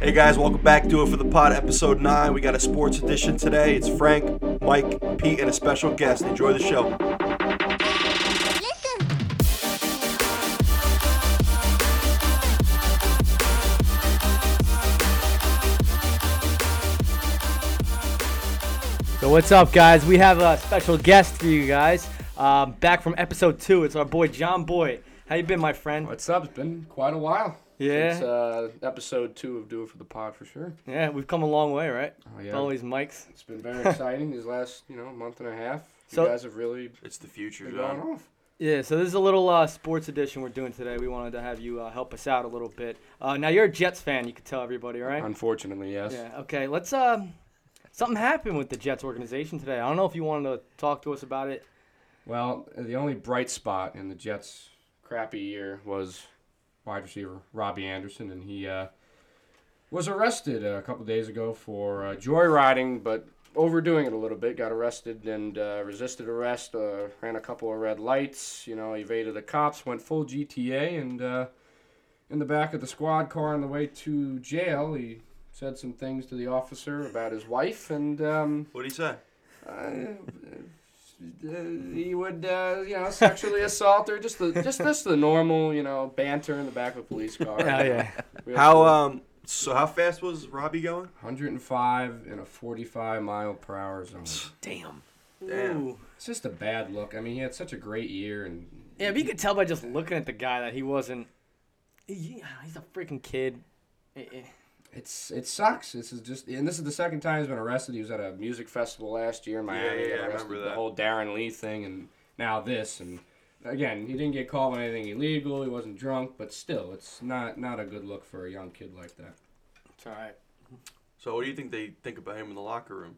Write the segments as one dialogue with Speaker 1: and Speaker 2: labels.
Speaker 1: Hey guys, welcome back to it for the pod, episode nine. We got a sports edition today. It's Frank, Mike, Pete, and a special guest. Enjoy the show.
Speaker 2: So what's up, guys? We have a special guest for you guys. Um, back from episode two. It's our boy John Boyd. How you been, my friend?
Speaker 3: What's up? It's been quite a while.
Speaker 2: Yeah.
Speaker 3: Since, uh, episode two of Do It for the Pod for sure.
Speaker 2: Yeah, we've come a long way, right?
Speaker 3: Oh, yeah.
Speaker 2: Always mics.
Speaker 3: It's been very exciting these last, you know, month and a half. You
Speaker 2: So-
Speaker 3: guys have really
Speaker 1: It's the future,
Speaker 3: been going off.
Speaker 2: Yeah. So this is a little uh, sports edition we're doing today. We wanted to have you uh, help us out a little bit. Uh, now you're a Jets fan. You can tell everybody, right?
Speaker 3: Unfortunately, yes.
Speaker 2: Yeah. Okay. Let's. Um, something happened with the Jets organization today. I don't know if you wanted to talk to us about it.
Speaker 3: Well, the only bright spot in the Jets' crappy year was wide receiver Robbie Anderson, and he uh, was arrested a couple days ago for uh, joyriding, but overdoing it a little bit. Got arrested and uh, resisted arrest, uh, ran a couple of red lights, you know, evaded the cops, went full GTA, and uh, in the back of the squad car on the way to jail, he said some things to the officer about his wife, and. Um,
Speaker 1: What do you say?
Speaker 3: uh, he would, uh, you know, sexually assault her. Just the just this the normal, you know, banter in the back of a police car. Real
Speaker 1: How
Speaker 3: cool.
Speaker 1: um so how fast was Robbie going?
Speaker 3: 105 in a 45 mile per hour zone.
Speaker 2: Damn.
Speaker 1: Damn.
Speaker 2: Ooh.
Speaker 3: It's just a bad look. I mean, he had such a great year, and
Speaker 2: Yeah, but you could tell by just looking at the guy that he wasn't. He, he's a freaking kid. Eh, eh.
Speaker 3: it's it sucks. This is just, and this is the second time he's been arrested. He was at a music festival last year in Miami.
Speaker 1: yeah,
Speaker 3: got
Speaker 1: yeah, I
Speaker 3: arrested,
Speaker 1: remember that.
Speaker 3: The whole Darren Lee thing, and now this, and again, he didn't get caught with anything illegal. He wasn't drunk, but still, it's not not a good look for a young kid like that.
Speaker 2: It's all right.
Speaker 1: So what do you think they think about him in the locker room?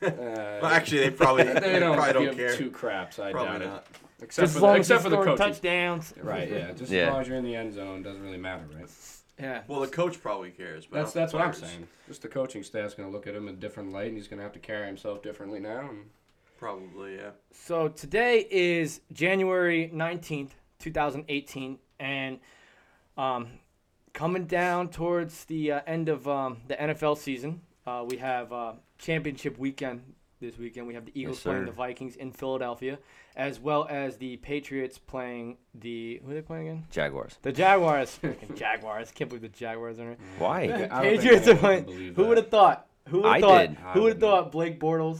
Speaker 1: Well,
Speaker 3: Uh,
Speaker 1: actually, they probably they,
Speaker 3: they don't,
Speaker 1: probably don't
Speaker 3: give
Speaker 1: care.
Speaker 3: two craps. I
Speaker 1: Probably
Speaker 3: doubt
Speaker 1: not.
Speaker 3: it. Except
Speaker 2: just
Speaker 3: for the,
Speaker 2: as long as
Speaker 3: except
Speaker 2: he's
Speaker 3: for the
Speaker 2: scoring
Speaker 3: coach.
Speaker 2: touchdowns.
Speaker 3: Right. Yeah. Just
Speaker 4: Yeah.
Speaker 3: as long as you're in the end zone, doesn't really matter, right?
Speaker 2: Yeah.
Speaker 1: Well, the coach probably cares. But
Speaker 3: That's
Speaker 1: not
Speaker 3: that's
Speaker 1: the
Speaker 3: what I'm
Speaker 1: players.
Speaker 3: saying. Just the coaching staff's going to look at him in a different light, and he's going to have to carry himself differently now. And
Speaker 1: Probably, yeah.
Speaker 2: So today is January 19th, 2018, and um, coming down towards the uh, end of um, the NFL season, uh, we have uh, championship weekend this weekend. We have the Eagles playing
Speaker 4: sir.
Speaker 2: the Vikings in Philadelphia, as well as the Patriots playing the. Who are they playing again?
Speaker 4: Jaguars.
Speaker 2: The Jaguars. Freaking Jaguars. Can't believe the Jaguars are in it.
Speaker 4: Why?
Speaker 3: I don't think
Speaker 2: Patriots
Speaker 3: anyone
Speaker 2: are playing-
Speaker 3: can believe
Speaker 2: Who
Speaker 3: that.
Speaker 2: would have thought? Who would
Speaker 4: I
Speaker 2: have thought?
Speaker 4: did.
Speaker 2: Who
Speaker 3: I
Speaker 2: would have
Speaker 3: wouldn't.
Speaker 2: thought Blake Bortles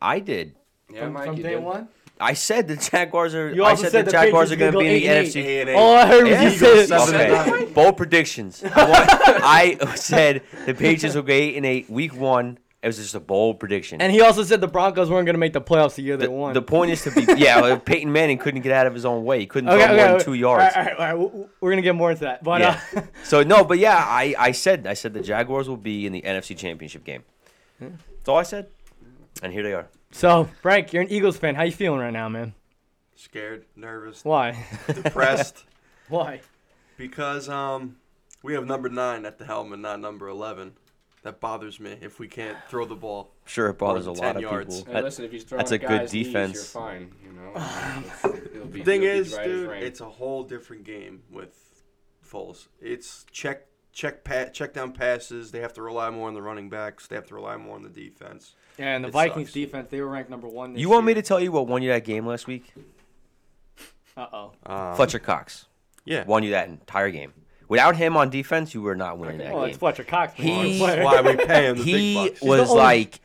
Speaker 4: I did.
Speaker 3: yeah,
Speaker 2: from,
Speaker 3: Mike,
Speaker 2: from
Speaker 3: you
Speaker 2: day
Speaker 3: did.
Speaker 2: one?
Speaker 4: I said the Jaguars are.
Speaker 2: You
Speaker 4: I
Speaker 2: also
Speaker 4: said,
Speaker 2: said
Speaker 4: the
Speaker 2: the
Speaker 4: Jaguars
Speaker 2: Patriots
Speaker 4: are going
Speaker 2: were
Speaker 4: to be
Speaker 2: gonna
Speaker 4: in the
Speaker 2: go
Speaker 4: NFC.
Speaker 1: Eight and eight.
Speaker 3: Oh,
Speaker 2: All I heard was
Speaker 4: Yeah.
Speaker 2: you
Speaker 1: Eagles
Speaker 2: said
Speaker 1: seven
Speaker 2: you said
Speaker 1: and nine.
Speaker 2: it.
Speaker 4: Okay. Bold predictions. I said the Patriots will go eight and eight week one. It was just a bold prediction.
Speaker 2: And he also said the Broncos weren't going to make the playoffs the year they won.
Speaker 4: the point is to be yeah. well, Peyton Manning couldn't get out of his own way. He couldn't
Speaker 2: okay,
Speaker 4: throw more
Speaker 2: okay,
Speaker 4: than
Speaker 2: okay.
Speaker 4: two yards.
Speaker 2: All right, all right, all right. W- w- We're gonna get more into that, but
Speaker 4: Yeah.
Speaker 2: uh,
Speaker 4: So no, but yeah, I, I said I said the Jaguars will be in the NFC Championship game. That's all I said. And here they are.
Speaker 2: so Frank, you're an Eagles fan. How you feeling right now, man?
Speaker 1: Scared, nervous,
Speaker 2: Why?
Speaker 1: depressed,
Speaker 2: Why?
Speaker 1: because um we have number nine at the helm and not number eleven. That bothers me if we can't throw the ball.
Speaker 4: Sure, it bothers a
Speaker 1: than
Speaker 4: lot
Speaker 1: 10
Speaker 4: of
Speaker 1: yards.
Speaker 4: people.
Speaker 3: Hey,
Speaker 4: That-
Speaker 3: listen, if he's throwing
Speaker 4: that's a
Speaker 3: at
Speaker 4: good
Speaker 3: guys' knees,
Speaker 4: defense.
Speaker 3: you're fine. You know. He'll be-
Speaker 1: Thing
Speaker 3: he'll be
Speaker 1: is,
Speaker 3: right as
Speaker 1: dude,
Speaker 3: rain.
Speaker 1: it's a whole different game with Foles. It's check, check, pat, check down passes. They have to rely more on the running backs. They have to rely more on the defense.
Speaker 2: Yeah, and the
Speaker 1: It
Speaker 2: Vikings
Speaker 1: sucks.
Speaker 2: defense, they were ranked number one. This
Speaker 4: You want me to tell you what won you that game last week?
Speaker 2: Uh oh.
Speaker 1: Um,
Speaker 4: Fletcher Cox.
Speaker 1: yeah,
Speaker 4: won you that entire game. Without him on defense, you were not winning that
Speaker 2: Well, it's
Speaker 4: game.
Speaker 2: Fletcher Cox. but
Speaker 4: He-
Speaker 2: he's a
Speaker 1: that's
Speaker 2: player.
Speaker 1: why we pay him the
Speaker 4: He
Speaker 1: big bucks.
Speaker 4: was
Speaker 2: only-
Speaker 4: like,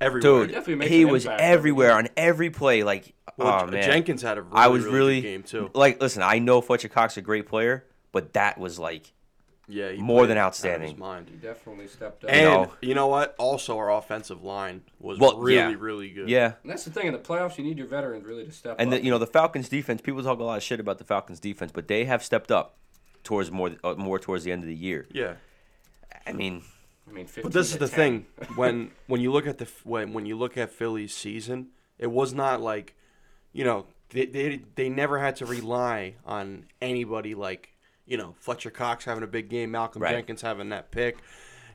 Speaker 1: Everywhere.
Speaker 4: dude,
Speaker 3: definitely makes
Speaker 4: he
Speaker 3: an
Speaker 4: was
Speaker 3: impact.
Speaker 4: everywhere on every play. Like,
Speaker 1: Well,
Speaker 4: oh man,
Speaker 1: uh, Jenkins had a really,
Speaker 4: I was
Speaker 1: really,
Speaker 4: really,
Speaker 1: good game too.
Speaker 4: like, listen, I know Fletcher Cox is a great player, but that was like,
Speaker 1: Yeah, he
Speaker 4: more
Speaker 1: played
Speaker 4: than
Speaker 1: out of his
Speaker 4: outstanding.
Speaker 1: mind.
Speaker 3: he definitely stepped up.
Speaker 1: And you know,
Speaker 4: know.
Speaker 1: what? Also, our offensive line was
Speaker 4: Well,
Speaker 1: really,
Speaker 4: yeah.
Speaker 1: really good.
Speaker 4: yeah.
Speaker 3: And that's the thing in the playoffs, you need your veterans really to step
Speaker 4: And
Speaker 3: up.
Speaker 4: the, you know, the Falcons defense. People talk a lot of shit about the Falcons defense, but they have stepped up towards more, uh, more towards the end of the year.
Speaker 1: yeah.
Speaker 4: I mean,
Speaker 3: I mean,
Speaker 1: But this is the thing when when you look at the when when you look at Philly's season, it was not like, you know, they they, they never had to rely on anybody like you know Fletcher Cox having a big game, Malcolm
Speaker 4: Right.
Speaker 1: Jenkins having that pick,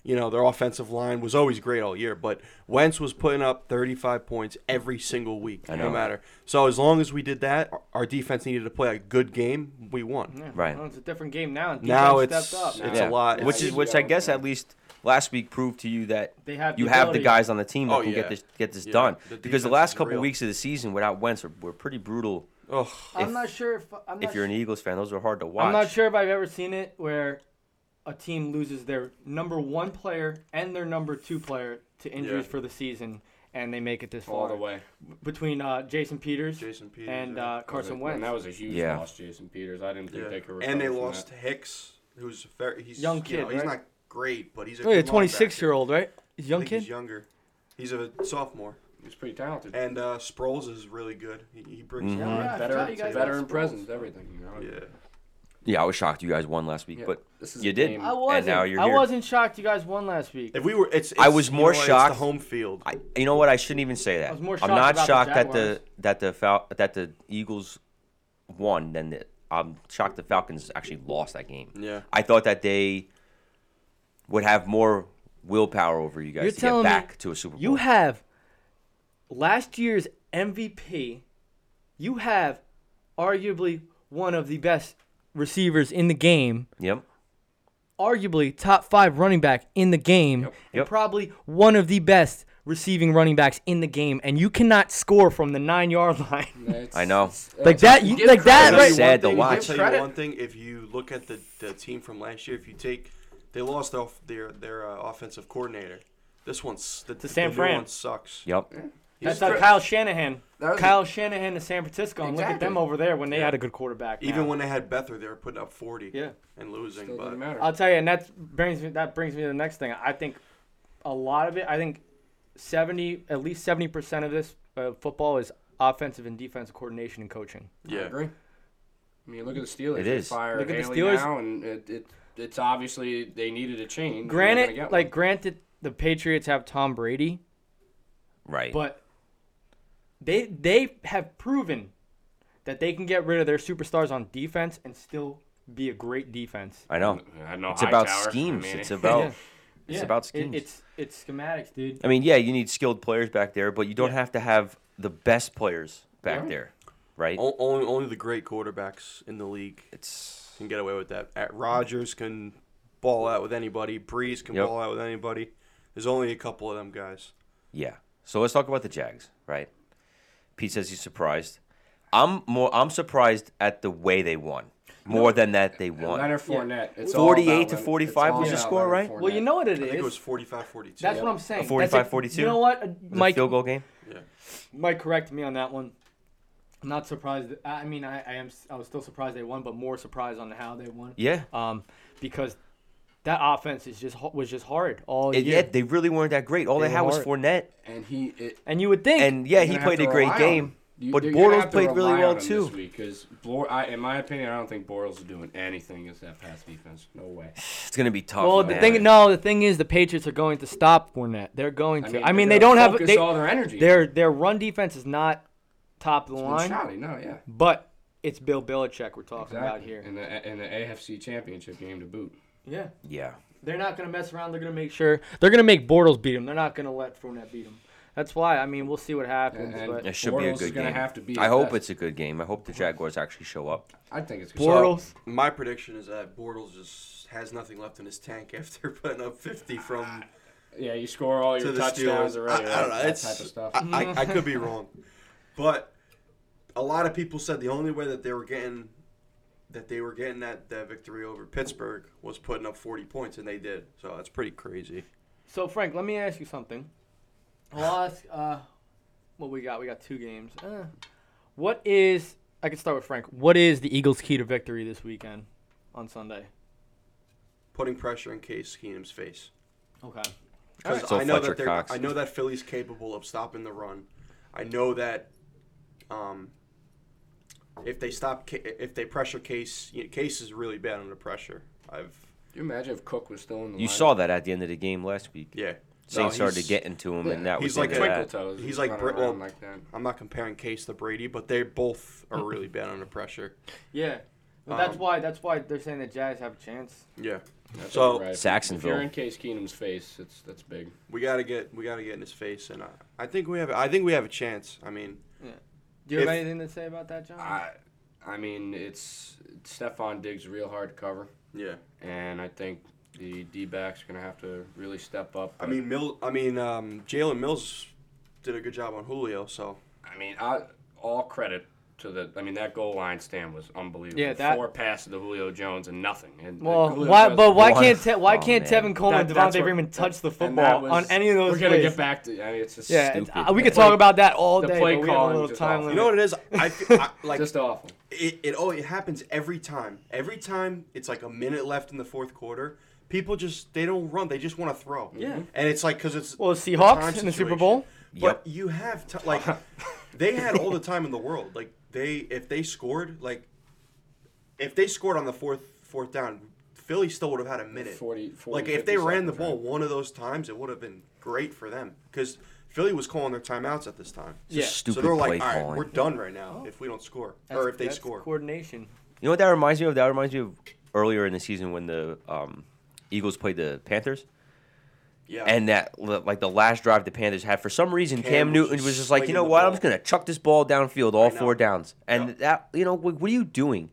Speaker 1: You know, their offensive line was always great all year, but Wentz was putting up 35 points every single week,
Speaker 4: I
Speaker 1: no
Speaker 4: know.
Speaker 1: matter. So as long as we did that, our- our defense needed to play a good game. We won.
Speaker 2: Yeah,
Speaker 4: Right.
Speaker 2: well, it's a different game now. And
Speaker 1: Now
Speaker 2: defense
Speaker 1: it's
Speaker 2: stepped up.
Speaker 1: it's a lot.
Speaker 4: Which
Speaker 1: It's-
Speaker 4: is which I guess at least last week proved to you that
Speaker 2: They have the
Speaker 4: you have the
Speaker 2: ability.
Speaker 4: guys on the team that
Speaker 1: Oh,
Speaker 4: can
Speaker 1: yeah.
Speaker 4: get this get this
Speaker 1: Yeah.
Speaker 4: done.
Speaker 1: The
Speaker 4: because the
Speaker 1: defense
Speaker 4: last
Speaker 1: is
Speaker 4: couple
Speaker 1: real.
Speaker 4: weeks of the season without Wentz were, were pretty brutal.
Speaker 1: Ugh.
Speaker 2: I'm
Speaker 4: if-
Speaker 2: not sure if I'm not
Speaker 4: If you're an
Speaker 2: su-
Speaker 4: Eagles fan, those were hard to watch.
Speaker 2: I'm not sure if I've ever seen it where a team loses their number one player and their number two player to injuries
Speaker 1: Yeah.
Speaker 2: for the season, and they make it this
Speaker 3: all
Speaker 2: far.
Speaker 3: the way.
Speaker 2: Between uh, Jason Peters
Speaker 1: Jason Peters
Speaker 2: and
Speaker 1: yeah.
Speaker 2: uh, Carson Wentz,
Speaker 3: And that was a huge
Speaker 4: Yeah.
Speaker 3: loss, Jason Peters. I didn't think
Speaker 1: Yeah.
Speaker 3: they could recover
Speaker 1: and they
Speaker 3: from
Speaker 1: lost
Speaker 3: that.
Speaker 1: Hicks, who's a fair, he's
Speaker 2: Young
Speaker 1: you
Speaker 2: kid,
Speaker 1: know, He's
Speaker 2: right?
Speaker 1: not great, but he's a
Speaker 2: Wait, a
Speaker 1: good
Speaker 2: 26
Speaker 1: linebacker.
Speaker 2: year old, right? He's a
Speaker 1: I
Speaker 2: young
Speaker 1: think
Speaker 2: kid.
Speaker 1: He's younger. He's a sophomore.
Speaker 3: He was pretty talented.
Speaker 1: And uh, Sproles is really good. He, he brings
Speaker 3: Mm-hmm.
Speaker 4: Mhm.
Speaker 1: a
Speaker 2: Yeah,
Speaker 1: lot.
Speaker 2: I
Speaker 3: better,
Speaker 2: forgot you guys
Speaker 3: better
Speaker 2: lost
Speaker 3: in
Speaker 2: Sproles.
Speaker 3: presence, everything. You know?
Speaker 1: Yeah.
Speaker 4: Yeah, I was shocked you guys won last week,
Speaker 3: Yeah,
Speaker 4: but
Speaker 3: this is
Speaker 4: you
Speaker 3: a
Speaker 4: did.
Speaker 3: game.
Speaker 2: I
Speaker 3: And
Speaker 2: wasn't.
Speaker 4: now you're
Speaker 2: I
Speaker 4: here.
Speaker 2: wasn't shocked you guys won last week.
Speaker 1: If we were, it's, it's
Speaker 4: I was
Speaker 1: you
Speaker 4: more
Speaker 1: know,
Speaker 4: shocked-
Speaker 1: It's the home field.
Speaker 4: I, you know what? I shouldn't even say that.
Speaker 2: I was more shocked
Speaker 4: I'm not
Speaker 2: about the
Speaker 4: shocked that
Speaker 2: Jaguars.
Speaker 4: the that the Fal- that the Eagles won. Then the, I'm shocked the Falcons actually lost that game.
Speaker 1: Yeah.
Speaker 4: I thought that they would have more willpower over you guys
Speaker 2: You're
Speaker 4: to
Speaker 2: telling
Speaker 4: get
Speaker 2: me
Speaker 4: back to a Super Bowl.
Speaker 2: You have last year's MVP. You have arguably one of the best receivers in the game,
Speaker 4: yep.
Speaker 2: arguably top five running back in the game, and
Speaker 4: Yep.
Speaker 2: probably one of the best receiving running backs in the game, and you cannot score from the nine yard line.
Speaker 3: it's-
Speaker 4: I know.
Speaker 3: it's-
Speaker 2: Like
Speaker 3: it's-
Speaker 2: that- you-
Speaker 3: give
Speaker 2: like that
Speaker 3: credit.
Speaker 2: right-
Speaker 1: One
Speaker 4: Sad to
Speaker 1: thing-
Speaker 4: watch.
Speaker 1: I'll tell
Speaker 3: Credit.
Speaker 1: you one thing. If you look at the, the team from last year, if you take, they lost their their, their uh, offensive coordinator. This one's the, the,
Speaker 2: Sam
Speaker 1: new
Speaker 2: Fran.
Speaker 1: one sucks.
Speaker 4: Yep.
Speaker 2: That's
Speaker 3: He's
Speaker 2: how
Speaker 3: cra-
Speaker 2: Kyle Shanahan.
Speaker 3: That was-
Speaker 2: Kyle Shanahan to San Francisco, and look at
Speaker 3: Exactly.
Speaker 2: them over there when they had a good quarterback.
Speaker 1: Even
Speaker 2: now.
Speaker 1: when they had Bether, they were putting up forty.
Speaker 2: Yeah.
Speaker 1: And losing,
Speaker 3: Still
Speaker 1: but
Speaker 3: doesn't matter.
Speaker 2: I'll tell you, and that brings me that brings me to the next thing. I think a lot of it. I think seventy, at least seventy percent of this uh, football is offensive and defensive coordination and coaching.
Speaker 1: yeah.
Speaker 3: I agree. I mean, look at the Steelers.
Speaker 4: It
Speaker 3: They
Speaker 4: is.
Speaker 3: Fire
Speaker 2: Look at the
Speaker 3: Haley
Speaker 2: Steelers.
Speaker 3: now, and it, it, it's obviously they needed a change. and they're gonna
Speaker 2: Granted,
Speaker 3: get
Speaker 2: like
Speaker 3: one.
Speaker 2: granted, the Patriots have Tom Brady,
Speaker 4: Right.
Speaker 2: but they they have proven that they can get rid of their superstars on defense and still be a great defense.
Speaker 4: I know.
Speaker 3: I know
Speaker 4: It's about
Speaker 3: Hightower. I
Speaker 4: schemes.
Speaker 3: mean,
Speaker 4: it's
Speaker 3: it-
Speaker 4: about
Speaker 2: Yeah.
Speaker 4: it's about
Speaker 2: it-
Speaker 4: schemes.
Speaker 2: it's it's schematics, dude.
Speaker 4: I mean, yeah, you need skilled players back there, but you don't
Speaker 2: Yeah.
Speaker 4: have to have the best players back
Speaker 3: Yeah.
Speaker 4: there, right?
Speaker 2: Oh.
Speaker 1: O- only only the great quarterbacks in the league
Speaker 4: It's
Speaker 1: can get away with that. At Rodgers can ball out with anybody. Breeze can
Speaker 4: Yep.
Speaker 1: ball out with anybody. There's only a couple of them guys.
Speaker 4: yeah. So let's talk about the Jags, right? Pete says he's surprised. I'm more. I'm surprised at the way they won, more than that they won.
Speaker 3: Leonard Fournette. It's
Speaker 4: 48
Speaker 3: all about
Speaker 4: to
Speaker 3: Leonard-
Speaker 4: 45
Speaker 3: it's all
Speaker 4: was the
Speaker 3: about
Speaker 4: score,
Speaker 3: Leonard
Speaker 4: right?
Speaker 2: Well, you
Speaker 3: Fournette.
Speaker 2: know what it
Speaker 1: I think it
Speaker 2: is.
Speaker 1: was 45-42.
Speaker 2: That's what I'm saying. That's a-
Speaker 4: 45-42?
Speaker 2: You know what, uh,
Speaker 4: The
Speaker 2: Mike?
Speaker 4: field goal game.
Speaker 1: Yeah.
Speaker 2: Mike corrected me on that one. I'm not surprised. I I mean, I, I am. I was still surprised they won, but more surprised on how they won.
Speaker 4: Yeah.
Speaker 2: Um, because that offense is just ho- was just hard all
Speaker 4: And
Speaker 2: year.
Speaker 4: yet they really weren't that great. All
Speaker 2: They
Speaker 4: they, had
Speaker 2: were
Speaker 4: was
Speaker 2: hard.
Speaker 4: Fournette,
Speaker 3: And he. It,
Speaker 2: and you would think.
Speaker 4: and yeah,
Speaker 3: you're
Speaker 4: he
Speaker 3: gonna have
Speaker 4: played
Speaker 3: to
Speaker 4: a great
Speaker 3: rely
Speaker 4: game.
Speaker 3: on- you-
Speaker 4: but
Speaker 3: you're gonna
Speaker 4: Bortles
Speaker 3: have to
Speaker 4: played really
Speaker 3: rely
Speaker 4: well,
Speaker 3: on him
Speaker 4: too.
Speaker 3: This week, 'cause Blor- I, in my opinion, I don't think Bortles is doing anything against that pass defense. No way.
Speaker 4: It's gonna be tough.
Speaker 2: well, the
Speaker 4: man.
Speaker 2: thing no, the thing is, the Patriots are going to stop Fournette. They're going to. I mean, they don't have
Speaker 3: focus
Speaker 2: they,
Speaker 3: all their energy.
Speaker 2: their their run defense is not top of the
Speaker 3: on
Speaker 2: line,
Speaker 3: Shoddy, no, yeah.
Speaker 2: but it's Bill Belichick we're talking about
Speaker 3: Exactly.
Speaker 2: here.
Speaker 3: In the in the AFC Championship game to boot.
Speaker 2: Yeah,
Speaker 4: Yeah.
Speaker 2: They're not going to mess around. They're going to make sure. They're going to make Bortles beat him. They're not going to let Fournette beat him. That's why. I mean, we'll see what happens.
Speaker 3: And-
Speaker 2: but
Speaker 4: It should be
Speaker 3: Bortles
Speaker 4: a
Speaker 3: is
Speaker 4: good
Speaker 3: gonna
Speaker 4: game.
Speaker 3: have to be
Speaker 4: I
Speaker 3: the
Speaker 4: hope
Speaker 3: best.
Speaker 4: it's a good game. I hope the Jaguars actually show up.
Speaker 3: I think it's
Speaker 1: So,
Speaker 2: Bortles.
Speaker 1: my prediction is that Bortles just has nothing left in his tank after putting up 50 from
Speaker 3: Yeah, you score all
Speaker 1: to
Speaker 3: your
Speaker 1: the
Speaker 3: touchdowns
Speaker 1: Steelers.
Speaker 3: already.
Speaker 1: I, I don't
Speaker 3: right?
Speaker 1: know.
Speaker 3: That
Speaker 1: It's,
Speaker 3: type of stuff.
Speaker 1: I, I, I could be wrong, but a lot of people said the only way that they were getting that they were getting that, that victory over Pittsburgh was putting up 40 points, and they did. So that's pretty crazy.
Speaker 2: So Frank, let me ask you something. I'll ask. Uh, what we got? We got two games. Uh, what is? I can start with Frank. What is the Eagles' key to victory this weekend on Sunday?
Speaker 1: Putting pressure in Case Keenum's face.
Speaker 2: Okay.
Speaker 1: Because
Speaker 4: So
Speaker 1: I know
Speaker 4: Fletcher
Speaker 1: that they're,
Speaker 4: Cox.
Speaker 1: I know that Philly's capable of stopping the run. I know that um, if they stop, Ca- if they pressure Case, you know, Case is really bad under pressure. I've
Speaker 3: Can you imagine if Cook was still in the
Speaker 4: You
Speaker 3: lineup?
Speaker 4: saw that at the end of the game last week.
Speaker 1: yeah. No,
Speaker 4: Saints started
Speaker 1: he's-
Speaker 4: to get into him, and that
Speaker 1: he's
Speaker 4: was
Speaker 1: like
Speaker 4: like
Speaker 1: a-
Speaker 3: twinkle
Speaker 4: that.
Speaker 3: toes.
Speaker 1: He's like
Speaker 3: running
Speaker 1: Brit- well,
Speaker 3: around like that.
Speaker 1: I'm not comparing Case to Brady, but they both are really bad under pressure.
Speaker 2: Yeah. Well, that's
Speaker 1: Um,
Speaker 2: why that's why they're saying the Jazz have a chance.
Speaker 1: Yeah.
Speaker 3: That's
Speaker 1: So-
Speaker 3: right. If
Speaker 4: Saxonville.
Speaker 3: you're in Case Keenum's face, it's that's big.
Speaker 1: We gotta get we gotta get in his face, and I, I think we have I think we have a chance. I mean,
Speaker 2: Do you have
Speaker 1: If-
Speaker 2: anything to say about that, John?
Speaker 3: I, I mean, it's Stephon Diggs real hard to cover,
Speaker 1: yeah.
Speaker 3: and I think the D backs are gonna have to really step up.
Speaker 1: I mean, Mill. I mean, um, Jalen Mills did a good job on Julio. So
Speaker 3: I mean, I, all credit to the. I mean, that goal line stand was unbelievable.
Speaker 2: Yeah, that-
Speaker 3: four passes to Julio Jones and nothing. And
Speaker 2: well,
Speaker 3: Julio
Speaker 2: why,
Speaker 3: Jones-
Speaker 2: but why
Speaker 4: Why-
Speaker 2: can't Te- why
Speaker 4: Oh,
Speaker 2: can't
Speaker 4: man.
Speaker 2: Tevin Coleman and
Speaker 3: That- that's
Speaker 2: Devontae
Speaker 3: what-
Speaker 2: Freeman touch the
Speaker 3: and that
Speaker 2: football
Speaker 3: was-
Speaker 2: on any of those
Speaker 3: We're gonna
Speaker 2: plays?
Speaker 3: get back to. I mean, it's just
Speaker 2: yeah,
Speaker 3: stupid.
Speaker 2: it's- uh, we
Speaker 3: The
Speaker 2: could talk
Speaker 3: play-
Speaker 2: about that all
Speaker 3: the
Speaker 2: day,
Speaker 3: play
Speaker 2: but we have a
Speaker 3: calling
Speaker 2: little
Speaker 3: just
Speaker 2: time
Speaker 3: awful.
Speaker 1: you
Speaker 2: limit.
Speaker 1: know what it is? I, feel- I like
Speaker 3: just awful.
Speaker 1: it, it oh it happens every time every time it's like a minute left in the fourth quarter people just they don't run they just want to throw
Speaker 2: Yeah.
Speaker 1: and it's like because it's
Speaker 2: Well, the
Speaker 1: the
Speaker 2: Seahawks
Speaker 1: time
Speaker 2: in the Super
Speaker 1: situation.
Speaker 2: Bowl?
Speaker 1: but you have t- like they had all the time in the world like they if they scored like if they scored on the fourth fourth down Philly still would have had a minute
Speaker 3: 40 40,
Speaker 1: like if
Speaker 3: 50
Speaker 1: they ran the
Speaker 3: seconds, right?
Speaker 1: ball one of those times it would have been great for them because Philly was calling their timeouts at this time
Speaker 2: yeah.
Speaker 4: Stupid
Speaker 1: so they're like
Speaker 4: play
Speaker 1: all right
Speaker 4: calling.
Speaker 1: we're done right now if we don't score or if they score
Speaker 2: coordination.
Speaker 4: You know what that reminds me of? That reminds me of earlier in the season when the um, Eagles played the Panthers,
Speaker 1: yeah
Speaker 4: and that like the last drive the Panthers had for some reason Cam,
Speaker 1: Cam was
Speaker 4: Newton
Speaker 1: just
Speaker 4: was just like, you
Speaker 1: slinging
Speaker 4: know
Speaker 1: the
Speaker 4: what? I'm
Speaker 1: ball.
Speaker 4: just gonna chuck this ball downfield all
Speaker 1: know.
Speaker 4: four downs, and
Speaker 1: Yep.
Speaker 4: that you know what, what are you doing?